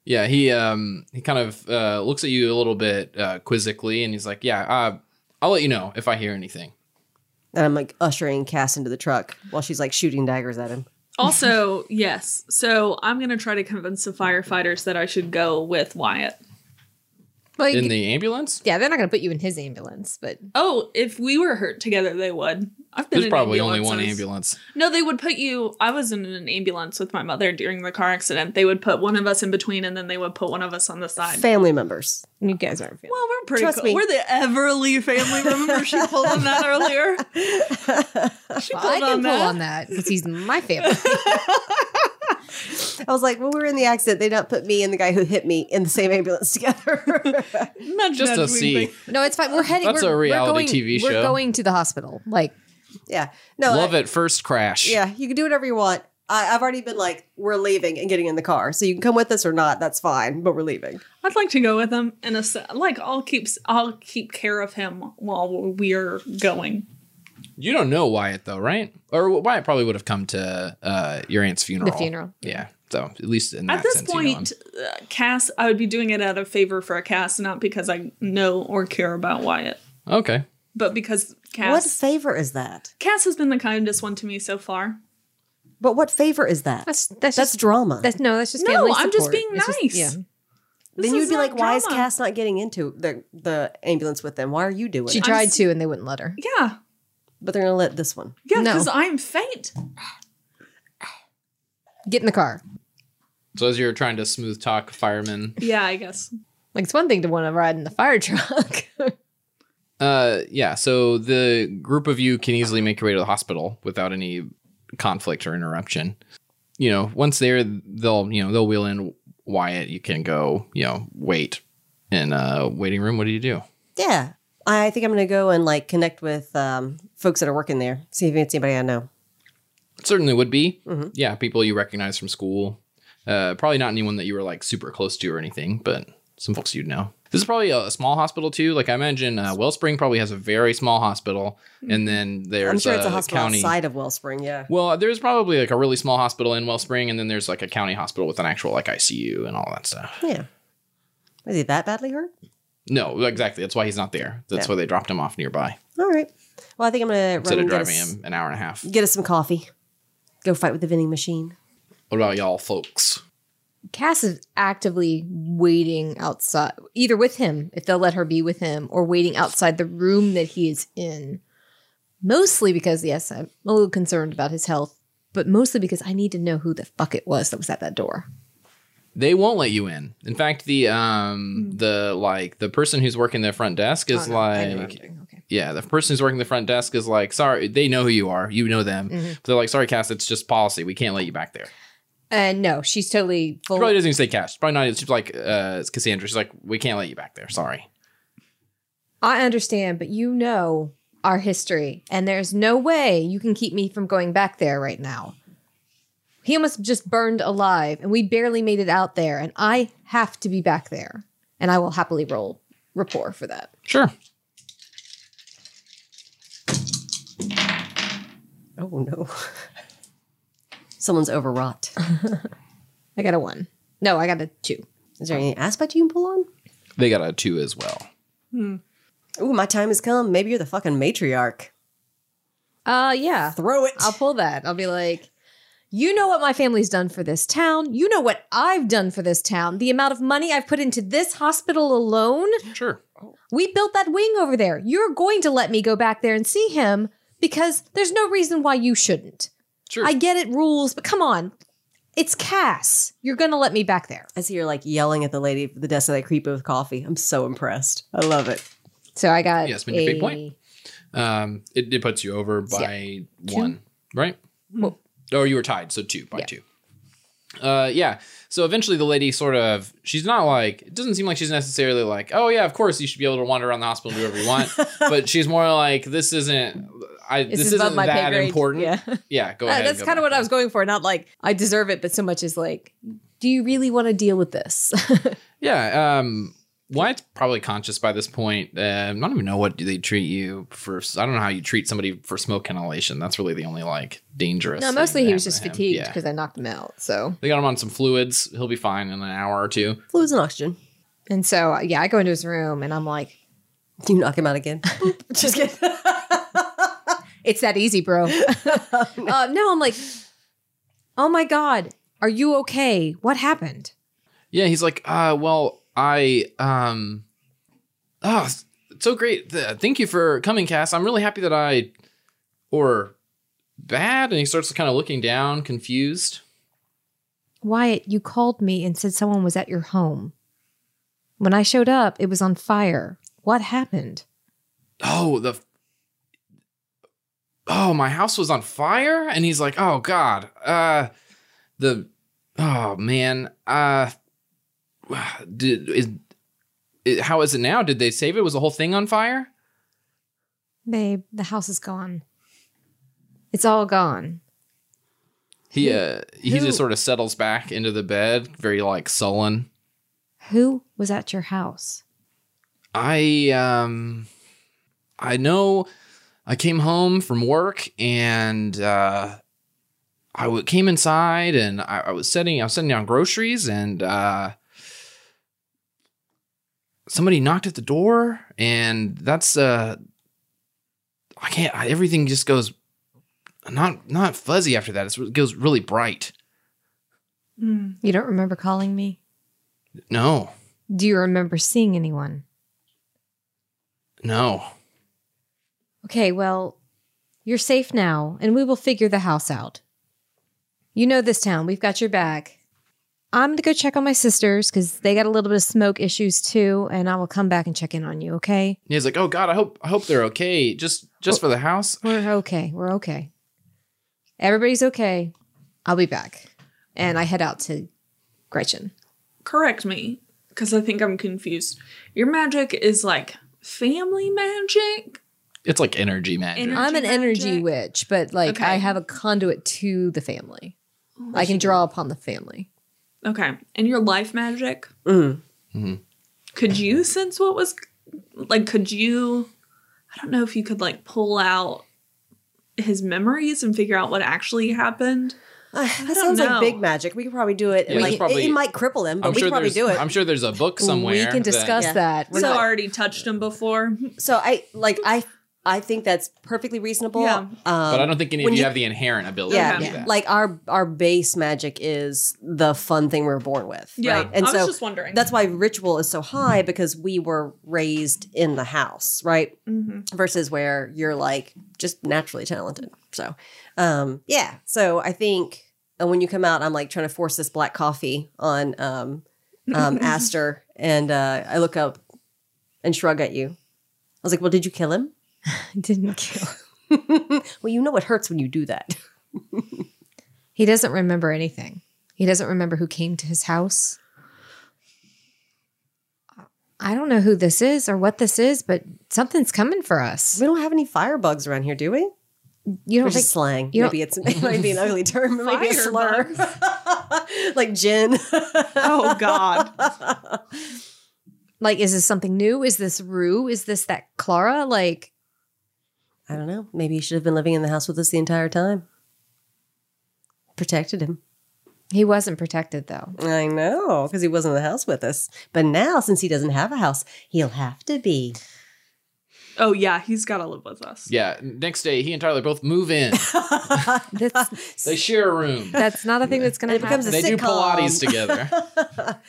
Yeah, he um he kind of uh, looks at you a little bit uh, quizzically, and he's like, "Yeah, uh, I'll let you know if I hear anything." And I'm like ushering Cass into the truck while she's like shooting daggers at him. Also, yes. So I'm going to try to convince the firefighters that I should go with Wyatt. Like, In the ambulance, yeah, they're not going to put you in his ambulance, but Oh, if we were hurt together, they would. I've been there's in probably only one ambulances. ambulance. No, they would put you. I was in an ambulance with my mother during the car accident. They would put one of us in between, and then they would put one of us on the side. Family members. you guys aren't feeling. well, we're pretty. Trust cool. me. We're the Everly family. Remember she pulled on that earlier. She Well, pulled I can on pull that. on that because he's my family. I was like, well, we were in the accident. They not put me and the guy who hit me in the same ambulance together. Nudge, Just to nudge, wink, see, wink. No, it's fine. We're heading. That's we're, a we're reality going- TV We're show. going to the hospital. Like, yeah. No. love I- at first crash. Yeah. You can do whatever you want. I, I've already been like, we're leaving and getting in the car. So you can come with us or not. That's fine. But we're leaving. I'd like to go with him, and a, se- like I'll keep s- I'll keep care of him while we're going. you don't know Wyatt though, right? Or Wyatt probably would have come to uh, your aunt's funeral. The funeral. Yeah, so at least in that At this sense, you know him. point, uh, Cass, I would be doing it out of favor for a Cass, not because I know or care about Wyatt, okay. but because What Cass favor is that? Cass has been the kindest one to me so far. But what favor is that? that's that's That's just, drama. that's no, that's just No, family I'm just support. being It's nice. yeah, This then you'd is be not like, why is drama. Cass not getting into the, the ambulance with them? Why are you doing she it? tried to, and they wouldn't let her. Yeah, but they're going to let this one. yeah, No. because I'm faint. Get in the car. So as you're trying to smooth talk firemen, Yeah, I guess. Like, it's one thing to want to ride in the fire truck. uh, yeah. So the group of you can easily make your way to the hospital without any conflict or interruption. You know, once there, they'll you know they'll wheel in Wyatt. You can go, you know, wait in a waiting room. What do you do? Yeah. I think I'm going to go and like connect with um, folks that are working there, see if it's anybody I know. Certainly would be. Mm-hmm. Yeah, people you recognize from school. Uh, probably not anyone that you were like super close to or anything, but some folks you'd know. This is probably a, a small hospital too. Like I imagine, uh, Wellspring probably has a very small hospital, and then there's Mm-hmm. uh, I'm sure it's a hospital county. outside of Wellspring. Yeah. Well, there's probably like a really small hospital in Wellspring, and then there's like a county hospital with an actual like ICU and all that stuff. Yeah. Is he that badly hurt? No, exactly. That's why he's not there. That's Yeah. why they dropped him off nearby All right. Well, I think I'm going to instead run of and get driving us, him an hour and a half. get us some coffee. Go fight with the vending machine. What about y'all folks? Cass is actively waiting outside, either with him, if they'll let her be with him, or waiting outside the room that he is in. Mostly because, yes, I'm a little concerned about his health, but mostly because I need to know who the fuck it was that was at that door. They won't let you in. In fact, the um the like the person who's working their front desk is Hmm. Oh, no, I know what I'm like doing. okay. yeah, the person who's working the front desk is like, sorry, they know who you are. You know them. Mm-hmm. But they're like, sorry, Cass, it's just policy. We can't let you back there. And Uh, no, she's totally She full. probably doesn't even say Cass. She's Probably not. She's like uh, Cassandra. She's like, we can't let you back there. Sorry. I understand, but you know our history, and there's no way you can keep me from going back there right now. He almost just burned alive, and we barely made it out there, and I have to be back there, and I will happily roll rapport for that. Sure. Oh, no. Someone's overwrought. I got a one. No, I got a two. Is there any aspect you can pull on? They got a two as well. Ooh, my time has come. Maybe you're the fucking matriarch. Uh, yeah, Throw it. I'll pull that. I'll be like, you know what my family's done for this town. You know what I've done for this town. The amount of money I've put into this hospital alone. Sure. We built that wing over there. You're going to let me go back there and see him because there's no reason why you shouldn't. Sure. I get it, rules, but come on. It's Cass. You're going to let me back there. I see you're like yelling at the lady at the desk that I creep with coffee. I'm so impressed. I love it. So I got. Yes, Mindy, a- big point. um, it, it puts you over by one, right? Well- oh, you were tied, so two by Yeah. two. Uh, yeah. So eventually, the lady sort of she's not like it doesn't seem like she's necessarily like oh yeah of course you should be able to wander around the hospital and do whatever you want, but she's more like this isn't I This this, is above isn't my pay that grade." Mm-hmm. important. Yeah. Yeah, go Uh, ahead. that's go kind of back. what I was going for. Not like I deserve it, but so much is like, do you really want to deal with this? Yeah. Um, Wyatt's probably conscious by this point. Um, I don't even know what they treat you for. I don't know how you treat somebody for smoke inhalation. That's really the only like dangerous. no, thing mostly that he was happened just to him. fatigued Yeah. because I knocked him out. So They got him on some fluids. He'll be fine in an hour or two. Fluids and oxygen. and so uh, yeah, I go into his room and I'm like, Do you knock him out again? Boop. Just kidding. it's that easy, bro. uh, no, I'm like, oh my god, are you okay? What happened? Yeah, he's like, uh, well, I, um, oh, it's so great. Th- Thank you for coming, Cass. I'm really happy that I, or bad. And he starts kind of looking down, confused. Wyatt, you called me and said someone was at your home. When I showed up, it was on fire. What happened? oh the oh my house was on fire and he's like oh god uh the oh man uh did is it, how is it now did they save it was the whole thing on fire Babe, the house is gone. It's all gone. he uh he Who- just sort of settles back into the bed very like sullen Who was at your house? i um i know i came home from work and uh I w- came inside and I, I was setting I was setting down groceries and uh, somebody knocked at the door and that's uh I can't I, everything just goes not not fuzzy after that It's- it goes really bright Mm. You don't remember calling me? no Do you remember seeing anyone? no Okay, well, you're safe now, and we will figure the house out. You know this town. We've got your back. I'm going to go check on my sisters because they got a little bit of smoke issues too, and I will come back and check in on you, okay? And he's like oh God I hope I hope they're okay just just for the house We're okay. We're okay. Everybody's okay. I'll be back. And I head out to Gretchen. Correct me, because I think I'm confused. Your magic is like family magic? it's like energy magic Ener- I'm an energy magic? witch, but like Okay. I have a conduit to the family. I can draw upon the family. Okay. And your life magic? Mm. Could you sense what was like could you I don't know if you could like pull out his memories and figure out what actually happened? Uh, that don't sounds know. like big magic. We could probably do it. Yeah, and there's like, probably- it, it might cripple him, but we could probably there's do it. I'm sure there's a book somewhere we can that- discuss Yeah. that. We're so not- I already touched him before. so I like I I think that's perfectly reasonable. Yeah. Um, but I don't think any of when you, you- have the inherent ability yeah, to do Yeah. that. like our our base magic is the fun thing we were born with, Yeah. right? And I so was just wondering. that's why ritual is so high because we were raised in the house, right? Mhm. versus where you're like just naturally talented. So, um, yeah. So I think uh, when you come out, I'm like trying to force this black coffee on um, um, Aster, and uh, I look up and shrug at you. I was like, "Well, did you kill him?" Didn't kill. well, you know it hurts when you do that. He doesn't remember anything. He doesn't remember who came to his house. I don't know who this is or what this is, but something's coming for us. We don't have any firebugs around here, do we? You Or don't just think slang. you don't- Maybe it's it might be an ugly term. It might be a slur, like gin. Oh god. like is this something new? Is this Rue? Is this that Clara? Like I don't know. Maybe he should have been living in the house with us the entire time. Protected him. he wasn't protected though. I know, because he wasn't in the house with us. But now, since he doesn't have a house, he'll have to be. Oh yeah, he's got to live with us. Yeah. Next day, he and Tyler both move in. That's they share a room. that's not a thing that's going to It becomes happen. a They do sitcom. Pilates together.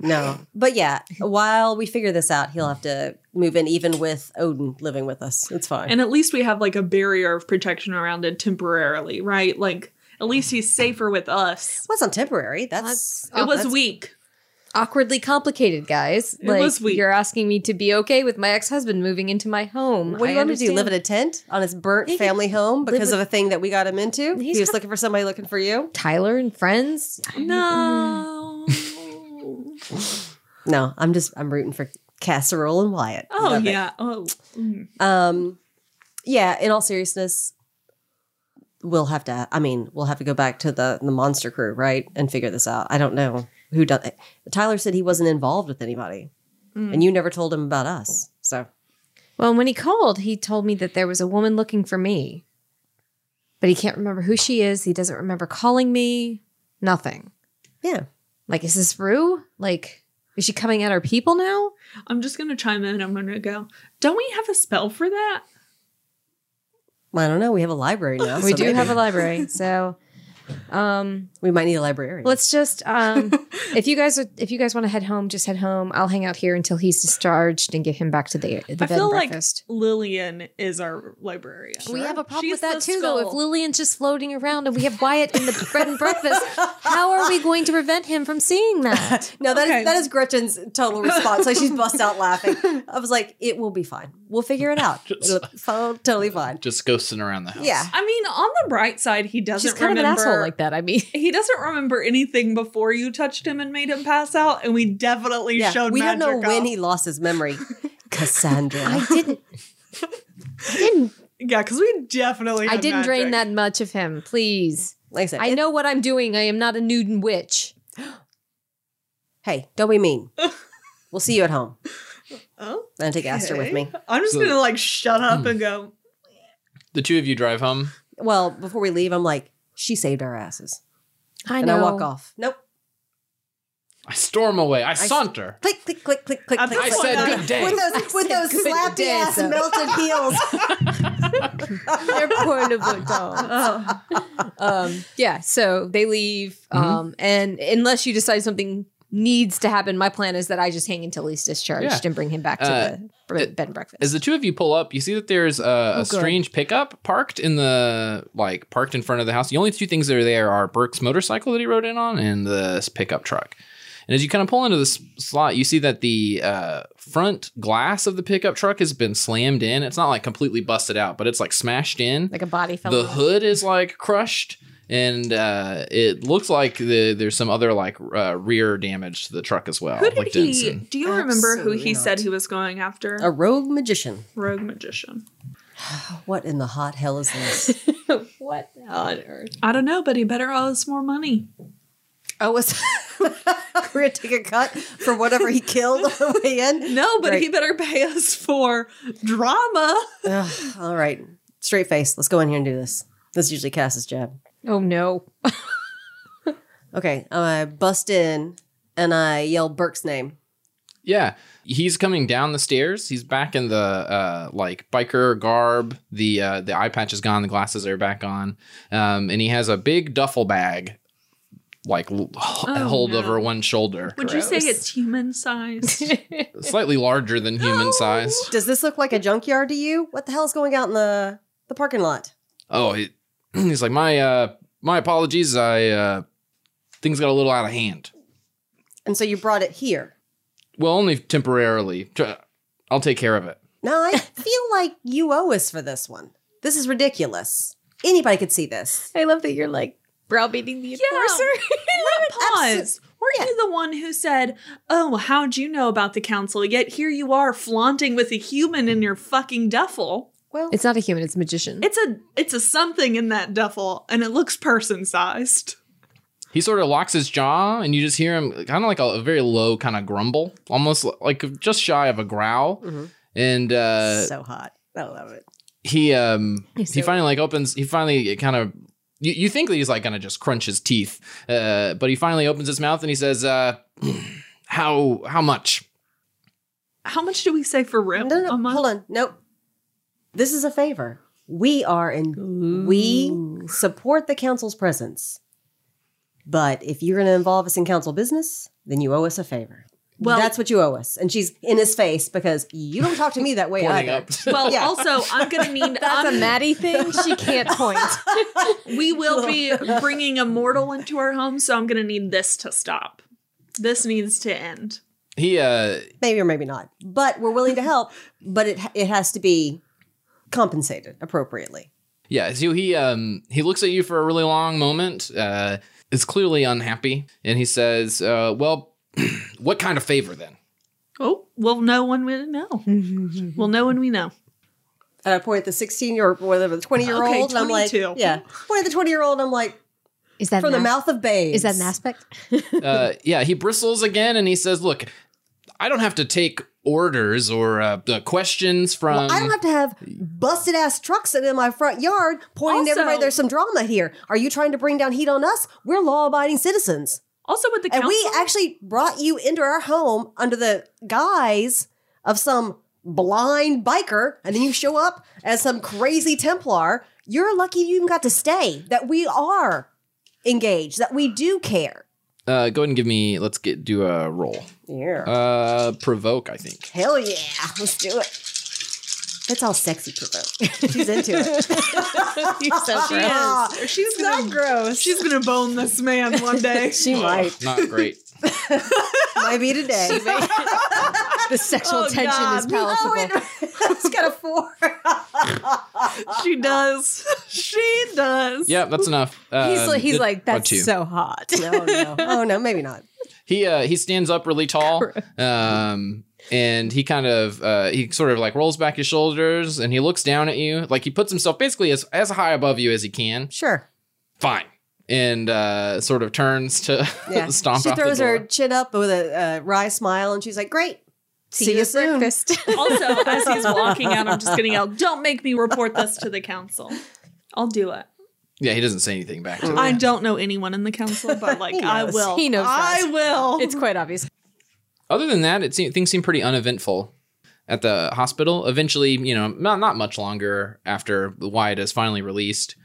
No. But yeah, while we figure this out, he'll have to move in, even with Odin living with us. It's fine. And at least we have like a barrier of protection around it temporarily, right? Like at least he's safer with us. well, it's not temporary. Oh, That's, That's- it was that's- weak. awkwardly complicated, guys. It was weak. You're asking me to be okay with my ex husband moving into my home. What do you want him to do? Live in a tent on his burnt He could family home live because with- of a thing that we got him into? He's He was got- looking for somebody looking for you? Tyler and friends? No. No, I'm just I'm rooting for Casserole and Wyatt. oh Love it. yeah. Oh. mm. Um, yeah. In all seriousness, we'll have to. I mean, we'll have to go back to the the monster crew, right, and figure this out. I don't know who done. it. Tyler said he wasn't involved with anybody, Mm. and you never told him about us. So Well, when he called, he told me that there was a woman looking for me. But he can't remember who she is. He doesn't remember calling me. Nothing. yeah, Like, is this Rue? Like, is she coming at our people now? I'm just gonna chime in. I'm gonna go. Don't we have a spell for that? I don't know. We have a library now. we so do maybe have a library. So, um, We might need a librarian. Let's just um if you guys if you guys want to head home, just head home. I'll hang out here until he's discharged and get him back to the the I bed and feel like breakfast. Lillian is our librarian. we have a problem She's with that the too, though. If skull. Lillian's just floating around and we have Wyatt in the bed and breakfast, how are we going to prevent him from seeing that? No, that is Okay. that is Gretchen's total response. Like she's bust out laughing. I was like, it will be fine. We'll figure it out. Just- It'll fo- totally fine. Just ghosting around the house. Yeah. I mean, on the bright side, he doesn't She's kind of an remember. asshole like that. I mean, He doesn't remember anything before you touched him and made him pass out, and we definitely Yeah. showed. we don't know magic when off. he lost his memory. Cassandra. I didn't. I didn't, Yeah, because we definitely. I had didn't drain magic. that much of him, please. like I said, I know what I'm doing. I am not a nude witch. Hey, don't be mean. we'll see you at home. Oh, I'm gonna take Aster with okay. me. I'm just So- gonna like shut up and go. The two of you drive home. Well, before we leave, I'm like, she saved our asses. I and know. I walk off. Nope. I storm away. I, saunter. Click, click, click, click, click, At click. this I click. point, said I- good day. with those with those Good slappy day, ass sir. melted heels. They're point of a dog. Oh, um yeah so they leave Mm-hmm. um and unless you decide something needs to happen my plan is that i just hang until he's discharged Yeah. and bring him back to Uh, the br- it- bed and breakfast As the two of you pull up, you see that there's a, a good. strange pickup parked in the like parked in front of the house. The only two things that are there are Burke's motorcycle that he rode in on and this pickup truck. And as you kind of pull into this slot, you see that the uh, front glass of the pickup truck has been slammed in. It's not like completely busted out, but it's like smashed in. like a body fell the on it. hood is like crushed, and uh, it looks like the, there's some other like uh, rear damage to the truck as well. who did like he? Denson. Do you remember who Absolutely he not. said he was going after? A rogue magician. rogue magician. What in the hot hell is this? what on earth I don't know, but he better owe us more money. oh, was we're gonna take a cut for whatever he killed on the way in. No, but Right. he better pay us for drama. Ugh, all right, straight face. Let's go in here and do this. This is usually Cass's job. oh no Okay, I bust in and I yell Burke's name. Yeah, he's coming down the stairs. He's back in the uh, like biker garb. The uh, the eye patch is gone. The glasses are back on, um, and he has a big duffel bag, like l- hold Oh, no. over one shoulder, Would you say Gross. it's human sized? slightly larger than human size. Does this look like a junkyard to you? What the hell is going out in the the parking lot? Oh, he, he's like my uh, my apologies. I uh, things got a little out of hand. And so you brought it here. Well, only temporarily. Tr- I'll take care of it. Now I feel like you owe us for this one. This is ridiculous. Anybody could see this. i love that you're like browbeating the enforcer Pause. Weren't you the one who said, "Oh, how'd you know about the council?" Yet here you are flaunting with a human in your fucking duffel. Well, it's not a human it's a magician It's a it's a something in that duffel, and it looks person sized. He sort of locks his jaw, and you just hear him kind of like a, a very low kind of grumble, almost li- like just shy of a growl. Mhm. And uh, so hot. I love it. he um He's he so- finally like opens. He finally kind of you, you think that he's like gonna just crunch his teeth, uh, but he finally opens his mouth and he says, uh, "How how much?" How much do we say for No, rent? no, no, hold on. Nope. This is a favor. We are in. We support the council's presence. But if you're going to involve us in council business, then you owe us a favor. Well- that's what you owe us. And she's in his face because you don't talk to me that way Pointing either. up. Well, Yeah. also I'm gonna need. that's a I'm- maddie thing she can't point we will be bringing a mortal into our home, so I'm gonna need this to stop. This needs to end. He uh Maybe or maybe not. But we're willing to help, but it it has to be compensated appropriately. yeah, so he um he looks at you for a really long moment, uh is clearly unhappy, and he says, uh, well, what kind of favor then? Oh, we'll know when we know. we'll know when we know. And I point at the 16 year or whatever, the 20 year Okay, old, and I'm like, 22. yeah. Point at the 20 year old, and I'm like, Is that from the an mouth of babes. Is that an aspect? uh, yeah, he bristles again and he says, "Look, I don't have to take orders or uh, the questions from." Well, I don't have to have busted ass trucks sitting in my front yard pointing to Also- everybody there's some drama here. Are you trying to bring down heat on us? We're law abiding citizens. Also, with the And council, we actually brought you into our home under the guise of some blind biker, and then you show up as some crazy Templar. You're lucky you even got to stay, that we are engaged, that we do care. uh, go ahead and give me. Let's get do a roll. Yeah. Uh, provoke, I think. Hell yeah. Let's do it. It's all sexy provoke. She's into it. she is. She's so gonna, gross. she's gonna bone this man one day. She might. Not great. Might be today. the sexual Oh, tension is God. palatable. it's got a four. Oh, she does. She does. Yeah, that's enough. he's Um, like, he's th- like, or that's two. so hot. no, no. Oh, no, maybe not. He uh, he stands up really tall. Um. And he kind of, uh, he sort of like rolls back his shoulders and he looks down at you. Like he puts himself basically as, as high above you as he can. Sure. Fine. And uh, sort of turns to Yeah. stomp she out the throws door. her chin up with a uh, wry smile and she's like, great. See, you at soon. breakfast. Also, as he's walking out, I'm just gonna yell, "Don't make me report this to the council." I'll do it. Yeah, he doesn't say anything back to that. I don't know anyone in the council, but like He I knows. will. He knows us. I will. it's quite obvious. Other than that, it seem, things seem pretty uneventful at the hospital. Eventually, you know, not not much longer after Wyatt is finally released,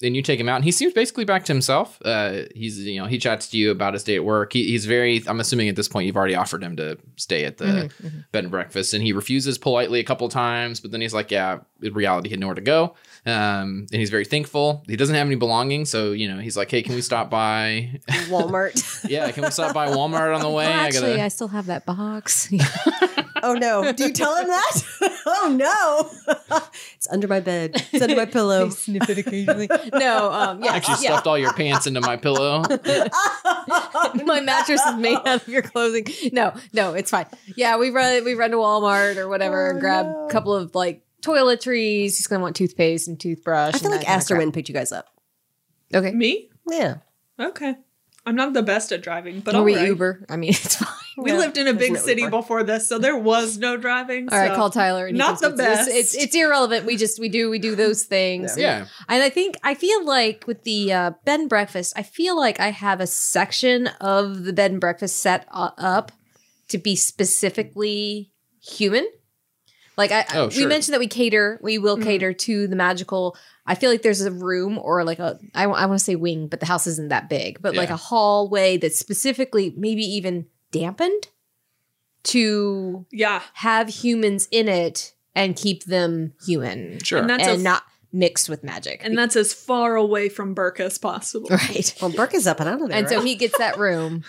then you take him out, and he seems basically back to himself. Uh, he's you know he chats to you about his day at work. He, he's very. I'm assuming at this point you've already offered him to stay at the bed and breakfast, and he refuses politely a couple times, but then he's like, yeah, in reality, he had nowhere to go. Um, and he's very thankful. He doesn't have any belongings, so you know he's like, hey, can we stop by? Walmart. yeah, can we stop by Walmart on the way? Actually, I still have that box. oh, no. Do you tell him that? oh, no. it's under my bed. It's under my pillow. sniff it occasionally. No, um, yeah, actually yeah. stuffed all your pants into my pillow. My mattress is made out of your clothing. No, no, it's fine. Yeah, we run we run to Walmart or whatever and grab a couple of like toiletries. He's gonna want toothpaste and toothbrush. I feel and like that kind Asterwin picked you guys up. of crap. Okay, me. Yeah. Okay, I'm not the best at driving, but or all we right. Uber. I mean, it's fine. We Yeah, lived in a big there's no city Uber. before this, so there was no driving. All right, so- call Tyler. And he Not can the fix this. best. It's, it's irrelevant. We just we do we do those things. Yeah. And I think I feel like with the uh, bed and breakfast, I feel like I have a section of the bed and breakfast set uh, up to be specifically human. Like I, Oh, we sure. mentioned that we cater, we will cater to the magical. I feel like there's a room or like a I, w- I want to say wing, but the house isn't that big, but like Yeah. a hallway that's specifically maybe even dampened to Yeah, have humans in it and keep them human Sure. And that's and a- not mixed with magic. and that's as far away from Burke as possible. Right. Well, Burke is up and out of there. And so right? he gets that room.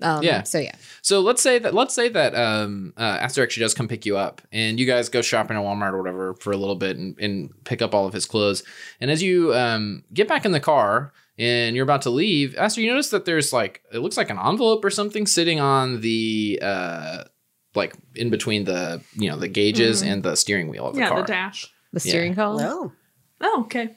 Um, Yeah. So yeah. So let's say that let's say that um, uh, Aster actually does come pick you up, and you guys go shopping at Walmart or whatever for a little bit, and, and pick up all of his clothes. And as you um, get back in the car and you're about to leave, Aster, you notice that there's like it looks like an envelope or something sitting on the uh, like in between the you know the gauges and the steering wheel of the yeah, car. the dash. The Yeah. steering column. No. Oh, okay.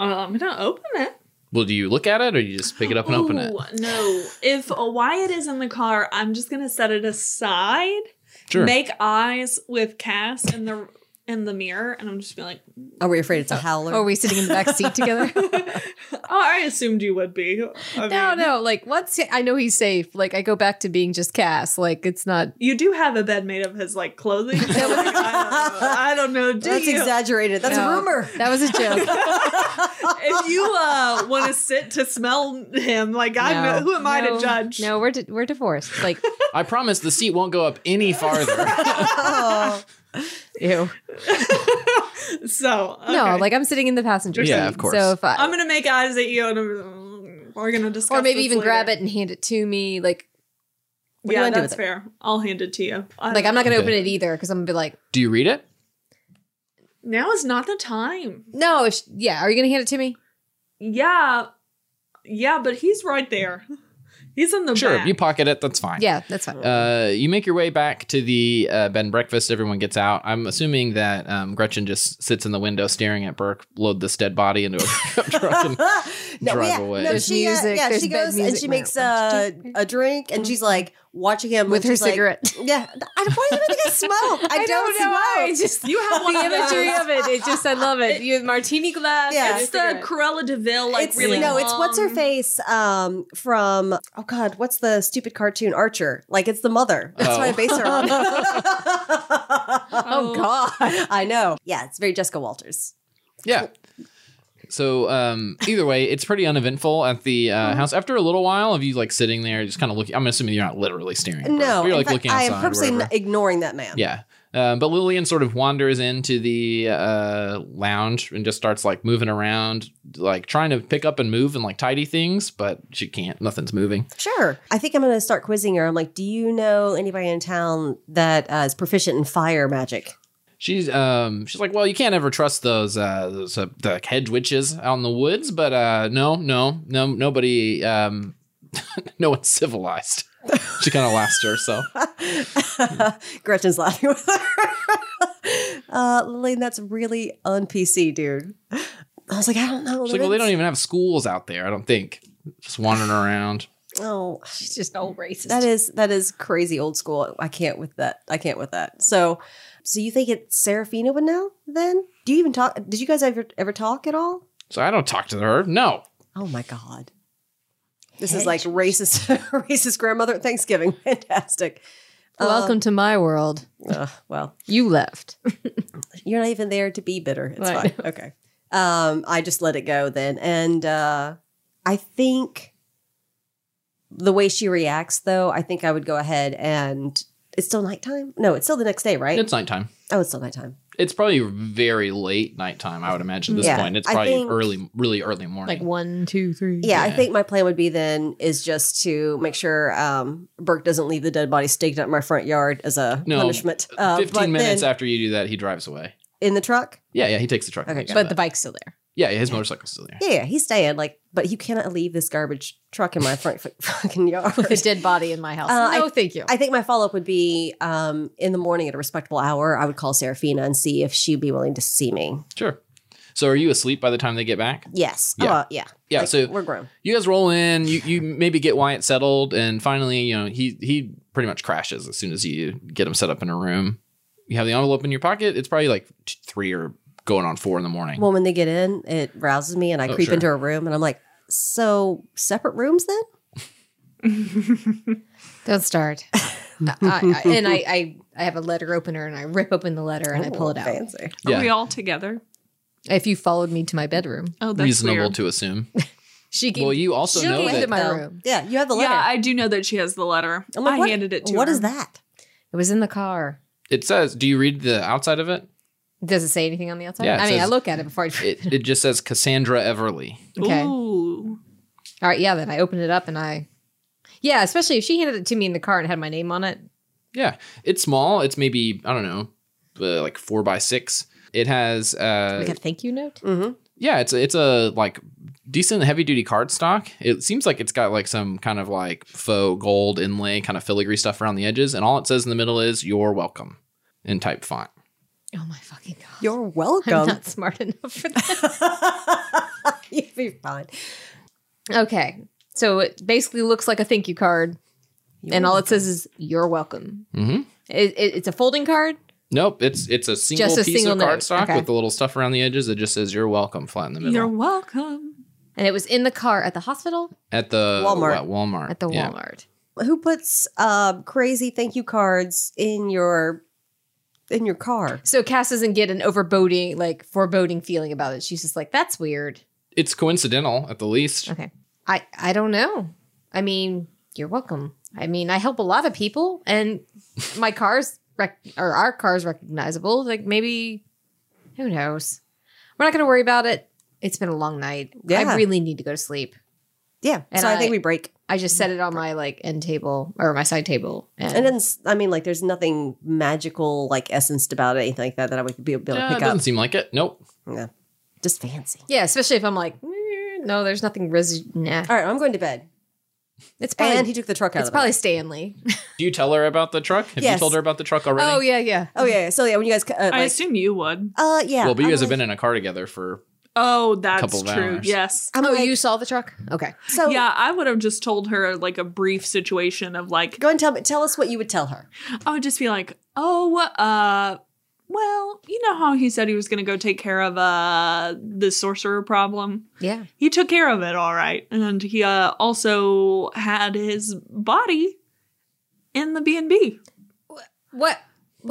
Uh, I'm gonna open it. Well, do you look at it or you just pick it up and open it? Ooh, No, if a Wyatt is in the car, I'm just gonna set it aside. Sure. Make eyes with Cass in the in the mirror, and I'm just be like, Are we afraid it's a howler? Are Oh. we sitting in the back seat together? "Oh, I assumed you would be." I no, mean, no. Like once I know he's safe. Like I go back to being just Cass. Like it's not. You do have a bed made of his like clothing. so, like, I don't know. I don't know. Do That's you? exaggerated. That's No. a rumor. That was a joke. if you uh, want to sit to smell him, like I'm, No. who am I No. to judge? No, we're di- we're divorced. Like I promise the seat won't go up any farther. Oh. ew. So No, okay. like I'm sitting in the passenger seat. Yeah, of course. So if I, I'm gonna make eyes at you, and I'm, we're gonna discuss. or maybe this even later. grab it and hand it to me. Like What do you yeah, want to do that's with it? fair. I'll hand it to you. I- Like I'm not gonna Okay. open it either because I'm gonna be like, Do you read it? now is not the time. no, if, yeah. Are you gonna hand it to me? Yeah, yeah, but he's right there. He's in the Sure, back. you pocket it. That's fine. Yeah, that's fine. Uh, you make your way back to the uh, bed and breakfast. Everyone gets out. I'm assuming that um, Gretchen just sits in the window staring at Burke load this dead body into a pickup truck. And no, drive yeah, away. no, There's she, uh, music, yeah, there's she bed goes and music. she makes uh, a drink, and she's like watching him Mm-hmm. With and her she's like, cigarette. yeah, I, why do you think I smoke? I, don't, I smoke. just You have one the of those. imagery of it. It just I love it. You have martini glass. Yeah. and a It's the cigarette. Cruella de Vil, like it's, really. no, it's what's her long- face um, from oh god, what's the stupid cartoon Archer? Like it's the mother. That's Oh. what I base her on. oh god. I know. Yeah, it's very Jessica Walters. yeah. So um, either way, it's pretty uneventful at the Mm-hmm. uh, house. After a little while of you like sitting there, just kind of looking. I'm assuming you're not literally staring. At Burke, but No, you're in like fact, looking I outside. am or purposely whatever. n- ignoring that man. Yeah. Um, but Lillian sort of wanders into the uh, lounge and just starts like moving around, like trying to pick up and move and like tidy things, but she can't. Nothing's moving. Sure. I think I'm going to start quizzing her. I'm like, do you know anybody in town that uh, is proficient in fire magic? She's um she's like, well, you can't ever trust those uh those uh, the hedge witches out in the woods, but uh no no no nobody um no one's civilized. she kind of laughs to herself. Gretchen's laughing with her. uh, Lillian, that's really un PC, dude. I was like, I don't know. She's like, well, they don't e-" even have schools out there. I don't think. Just wandering around. Oh, She's just old racist. that is that is crazy old school. I can't with that. I can't with that. So, so you think it's Serafina would know? Then do you even talk? Did you guys ever ever talk at all? So I don't talk to her. No, Oh my god. This is like racist, racist grandmother at Thanksgiving. Fantastic. Welcome to my world. Uh, well, You left. you're not even there to be bitter. It's Right. fine. Okay. Um, I just let it go then. And uh, I think the way she reacts, though, I think I would go ahead and it's still nighttime. No, it's still the next day, right? it's nighttime. oh, it's still nighttime. It's probably very late nighttime, I would imagine at this Yeah, point. It's I probably think- early, really early morning. like uh, one, two, three. Yeah, Yeah. I think my plan would be then is just to make sure um, Burke doesn't leave the dead body staked out in my front yard as a No, punishment. Uh, 15 minutes then after you do that, he drives away. in the truck. Yeah, yeah, he takes the truck. Okay, and goes But the back. bike's still there. yeah, yeah, his motorcycle's still there. Yeah, yeah, he's staying. Like, but you cannot leave this garbage truck in my front fu- fucking yard. With a dead body in my house. Uh, no, I- thank you. I think my follow up would be um, in the morning at a respectable hour. I would call Serafina and see if she'd be willing to see me. Sure. So are you asleep by the time they get back? Yes. Yeah. Yeah. yeah. Yeah, Like, so we're grown. you guys roll in, you, you maybe get Wyatt settled, and finally, you know, he he pretty much crashes as soon as you get him set up in a room. You have the envelope in your pocket. It's probably like t- three or going on four in the morning. Well, when they get in, it rouses me and I Oh, creep sure. into a room and I'm like, so separate rooms then? Don't start. I, I, and I, I, I have a letter opener and I rip open the letter and I pull it out. Fancy. Are yeah, we all together? If you followed me to my bedroom, Oh, that's reasonable weird. to assume. she can Well, you also She'll know be that into my So, room. Yeah, you have the letter. Yeah, I do know that she has the letter. I'm like, I what- handed it to What her. is that? It was in the car. it says. Do you read the outside of it? Does it say anything on the outside? Yeah, it I mean, I says- look at it before I. It it just says Cassandra Everly. Okay. Ooh. All right, yeah. Then I opened it up and I, yeah. Especially if she handed it to me in the car and had my name on it. Yeah, it's small. It's maybe I don't know, uh, like four by six. It has Like uh, a thank you note. Mm-hmm. yeah, it's it's a like decent heavy duty card stock. It seems like it's got like some kind of like faux gold inlay, kind of filigree stuff around the edges, and all it says in the middle is "You're welcome" in type font. Oh my fucking god! You're I'm welcome. not smart enough for that. You'd be fine. okay, so it basically looks like a thank you card, and all it says is "You're welcome." hmm It, it, it's a folding card. Nope, it's it's a single a piece single of note, card stock okay. with the little stuff around the edges that just says "You're welcome" flat in the middle You're welcome. And it was in the car at the hospital, at the Walmart. what, Walmart at the Yeah. Walmart. Who puts uh, crazy thank you cards in your in your car? So Cass doesn't get an overboding, like foreboding feeling about it. She's just like, "That's weird." It's coincidental at the least. Okay. I I don't know. I mean, you're welcome. I mean, I help a lot of people, and my car's rec- or our car's recognizable. Like maybe, who knows? We're not going to worry about it. It's been a long night. Yeah. I really need to go to sleep. Yeah. And so I, think I- we break. I just set it on my like end table or my side table, and, And then, s- I mean, like, there's nothing magical, like, essenced about it, anything like that, that I would be able to Yeah, it pick doesn't up. seem like it. Nope. Yeah. Just fancy. yeah, especially if I'm like, "Eh, no, there's nothing resi. Nah, All right, I'm going to bed. it's probably And he took the truck out it's of the bed. probably Stanley. Do you tell her about the truck? Have you Yes. told her about the truck already? Oh yeah, yeah. Oh, yeah. yeah. So, yeah, when you guys, uh, I like, assume you would. uh, yeah. Well, but you I'm guys have like- been in a car together for Oh, that's Couple of true. hours. Yes. I'm oh, like, you saw the truck? Okay. so, yeah, I would have just told her like a brief situation of like Go and tell me, tell us what you would tell her. I would just be like, "Oh, uh, well, you know how he said he was going to go take care of uh the sorcerer problem? Yeah. He took care of it all right. And he uh, also had his body in the B&B. What? But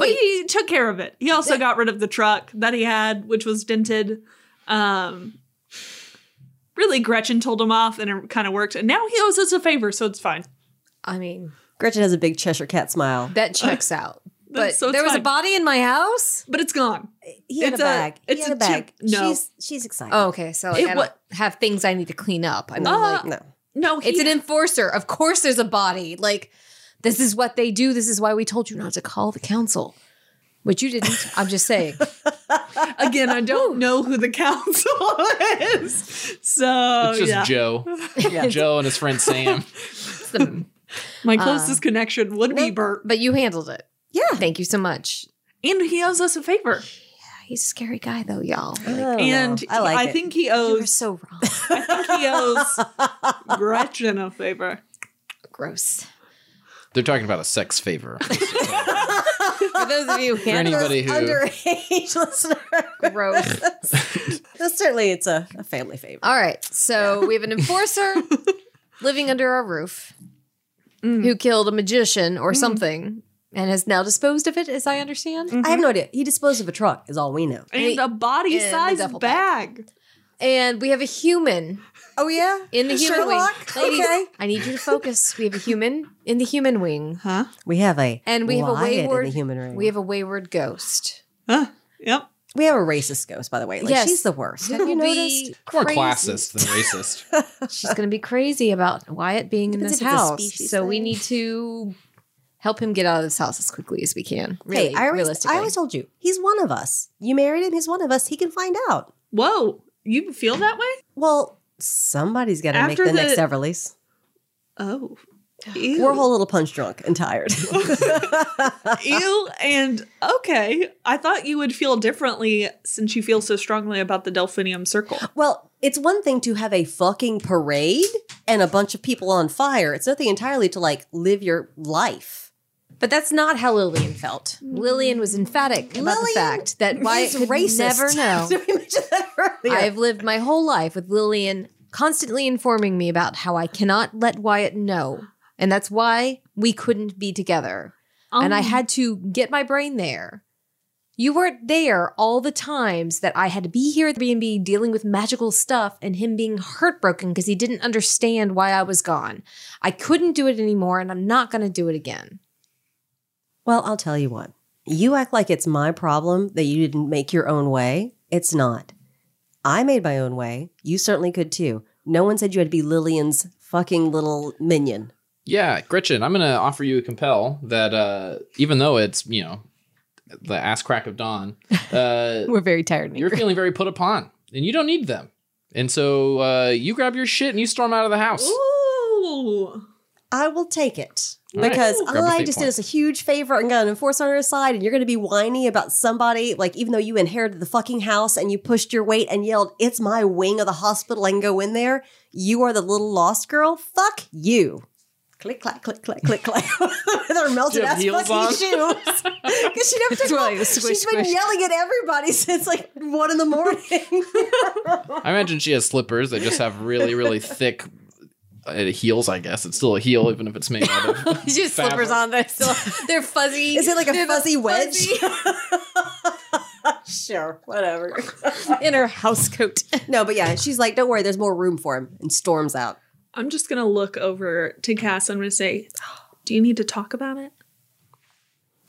Wait. he took care of it. He also got rid of the truck that he had, which was dented. Um, really, Gretchen told him off, and it kind of worked. And now he owes us a favor, so it's fine. I mean, Gretchen has a big Cheshire cat smile. that checks out. But That's- so it's there was a fine. body in my house. But it's gone. He had It's a a- bag. he it's had a a, bag. chip- no. She's, she's excited. Oh, okay. So like, It I wa- don't have things I need to clean up. I mean, Uh, like, no. No, he it's an enforcer. Of course, there's a body. Like, this is what they do. This is why we told you not to call the council, which you didn't. I'm just saying. Again, I don't know who the council is. So it's just Oh, yeah. Joe. Yeah. Joe and his friend Sam. It's the- my closest connection would be no. Bert. but you handled it. Yeah. Thank you so much. And he owes us a favor. He's a scary guy, though, y'all. I Like, don't and know. Oh, I like I it. think he you were owes so wrong. I think he owes Gretchen a favor. Gross. They're talking about a sex favor. For those of you who For handle anybody who underage listener. gross. Well, certainly, it's a, a family favorite. All right. So we have an enforcer living under our roof Mm. who killed a magician or something and has now disposed of it, as I understand. I have no idea. He disposed of a truck, is all we know. And Hey, a body in the size duffel bag. And we have a human Oh yeah, in the human Sherlock? wing. Ladies, Okay. I need you to focus. We have a human in the human wing. Huh? we have a And we have a riot wayward in the human ring. We have a wayward ghost. Huh. Yep. we have a racist ghost, by the way. Like Yes. she's the worst. Who Have you will be noticed? More crazy. classist than racist. She's going to be crazy about Wyatt being in Depends this if it's a house. species So we thing. need to help him get out of this house as quickly as we can. Really, hey, I always, realistically. I always told you he's one of us. You married him. He's one of us. He can find out. Whoa. You feel that way? Well, somebody's got to make After the, next the- Everlease. Oh. We're Ew. a whole little punch drunk and tired. Ew. And okay. I thought you would feel differently since you feel so strongly about the Delphinium Circle. Well, it's one thing to have a fucking parade and a bunch of people on fire. It's nothing entirely to like live your life. But that's not how Lillian felt. Mm. Lillian was emphatic about the Lillian fact that Wyatt is could racist. never know. Did we mention that earlier? I've lived my whole life with Lillian constantly informing me about how I cannot let Wyatt know. And that's why we couldn't be together. And I Um, had to get my brain there. You weren't there all the times that I had to be here at the B&B dealing with magical stuff and him being heartbroken because he didn't understand why I was gone. I couldn't do it anymore and I'm not going to do it again. Well, I'll tell you what. You act like it's my problem that you didn't make your own way. It's not. I made my own way. You certainly could too. No one said you had to be Lillian's fucking little minion. Yeah, Gretchen, I'm gonna offer you a compel that uh even though it's, you know, the ass crack of dawn, uh We're very tired. you're feeling very put upon and you don't need them. And so uh you grab your shit and you storm out of the house. Ooh. I will take it All right. because Grab a I fate just point. did us a huge favor and got an enforcer on her side, and you're going to be whiny about somebody like even though you inherited the fucking house and you pushed your weight and yelled, "It's my wing of the hospital," I can go in there. You are the little lost girl. Fuck you. Click clack click clack click clack. With her melted have ass heels fucking on? shoes. Because she never took Right, off. squish, She's been squish. yelling at everybody since like one in the morning. I imagine she has slippers that just have really, really thick uh, heels, I guess. It's still a heel, even if it's made out of She has slippers fabric. on. They're still they're fuzzy. Is it like a They're the fuzzy wedge? sure, whatever. fuzzy in her house coat? No, but yeah, she's like, don't worry, there's more room for him, and storms out. I'm just gonna look over to Cass. I'm gonna say, "Do you need to talk about it?"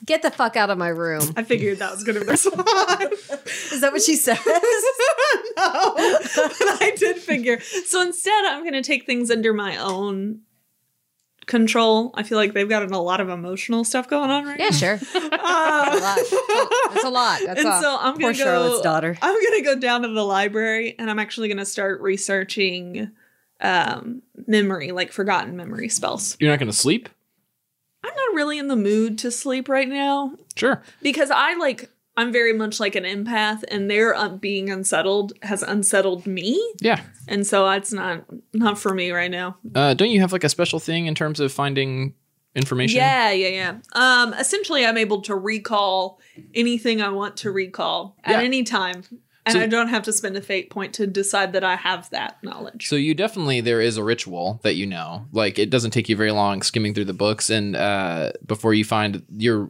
Get the fuck out of my room. I figured that was going to be response. Is that what she says? no, but I did figure. So instead, I'm going to take things under my own control. I feel like they've gotten a lot of emotional stuff going on right Yeah, sure. now. That's a lot. Uh, That's a lot. That's and a- so I'm Poor going to Charlotte's go. daughter. I'm going to go down to the library and I'm actually going to start researching um, memory, like forgotten memory spells. You're not going to sleep? I'm not really in the mood to sleep right now Sure. because I like. I'm very much like an empath, and their um, being unsettled has unsettled me. Yeah. and so it's not not for me right now. Uh, don't you have like a special thing in terms of finding information? Yeah, yeah, yeah. Um, essentially, I'm able to recall anything I want to recall Yeah. at any time, and So- I don't have to spend a fate point to decide that I have that knowledge. So you definitely there is a ritual that you know. Like it doesn't take you very long skimming through the books and uh, before you find you're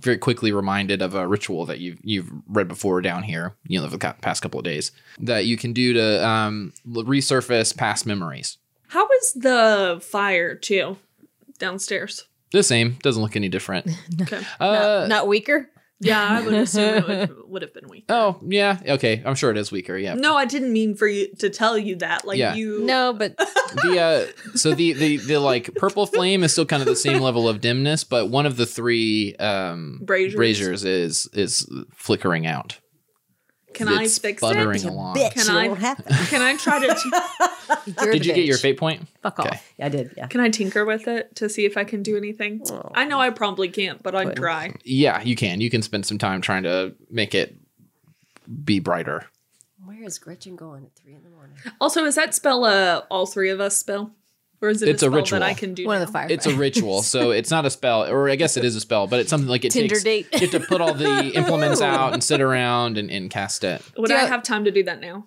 very quickly reminded of a ritual that you've you've read before down here. You know, the ca- past couple of days that you can do to um, l- resurface past memories. How is the fire too downstairs? The same doesn't look any different. Okay. Uh, not, not weaker. Yeah, I would assume it would, would have been weak. Oh yeah, okay. I'm sure it is weaker. Yeah. No, I didn't mean for you to tell you that. Like Yeah. you, No, but the uh, so the, the the like purple flame is still kind of the same level of dimness, but one of the three um, Braziers. is is flickering out. Can I It's fix sputtering it? along. Bitch, Can you I- don't have that. Can I try to? T- you're Did the you get your bitch. fate point? Fuck Okay. off. Yeah, I did. Yeah. Can I tinker with it to see if I can do anything? Oh. I know I probably can't, but I'd Good. try. Yeah, you can. You can spend some time trying to make it be brighter. Where is Gretchen going at three in the morning? Also, is that spell a all three of us spell, or is it It's a a spell ritual. that I can do? One of now? the fire. It's a ritual, so it's not a spell, or I guess it is a spell, but it's something like it Tinder takes. date. You have to put all the implements out and sit around and, and cast it. Would Do I I- have time to do that now?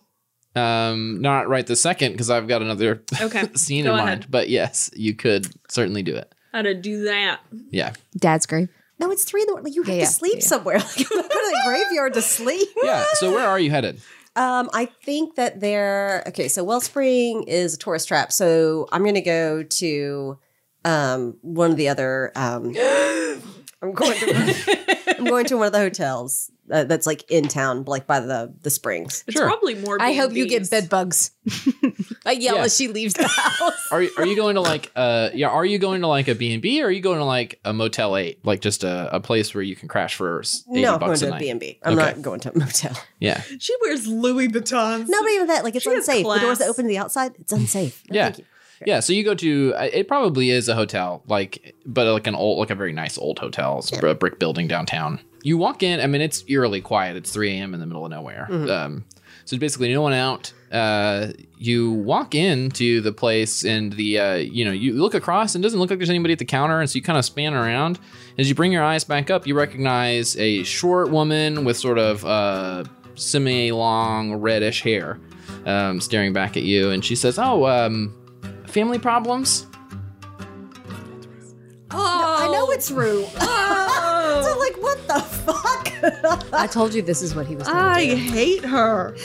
Um, not right this second because I've got another Okay, scene go in ahead. mind. But yes, you could certainly do it. How to do that? Yeah. Dad's grave. No, it's three in the morning. You have Yeah, to yeah, sleep yeah. somewhere. Like, go to the graveyard to sleep. Yeah. So where are you headed? Um, I think that they're okay. So Wellspring is a tourist trap. So I'm going to go to um, one of the other. Um, I'm going to. I'm going to one of the hotels uh, that's like in town, like by the the springs. It's Sure. probably more. I hope you B&Bs. get bed bugs. I yell Yeah. as she leaves the house. Are you, are you going to like uh yeah, are you going to like a B&B or are you going to like a Motel 8, like just a, a place where you can crash for s- 80 No, I'm going bucks a to night? B and B. I'm Okay. not going to a motel. Yeah. She wears Louis Vuittons. No, but even that, like it's She has unsafe. The doors that class. open to the outside, it's unsafe. No, Yeah. thank you. Yeah, so you go to uh, it probably is a hotel, like but uh, like an old like a very nice old hotel, it's a brick building downtown. You walk in, I mean it's eerily quiet. It's 3 a.m. in the middle of nowhere. Um so there's basically no one out. Uh you walk into the place and the uh you know, you look across and it doesn't look like there's anybody at the counter and so you kind of span around. As you bring your eyes back up, you recognize a short woman with sort of uh semi-long reddish hair um staring back at you and she says, "Oh, um family problems. Oh, I know it's Rue. so like, what the fuck? Ah, I told you this is what he was. I I hate her.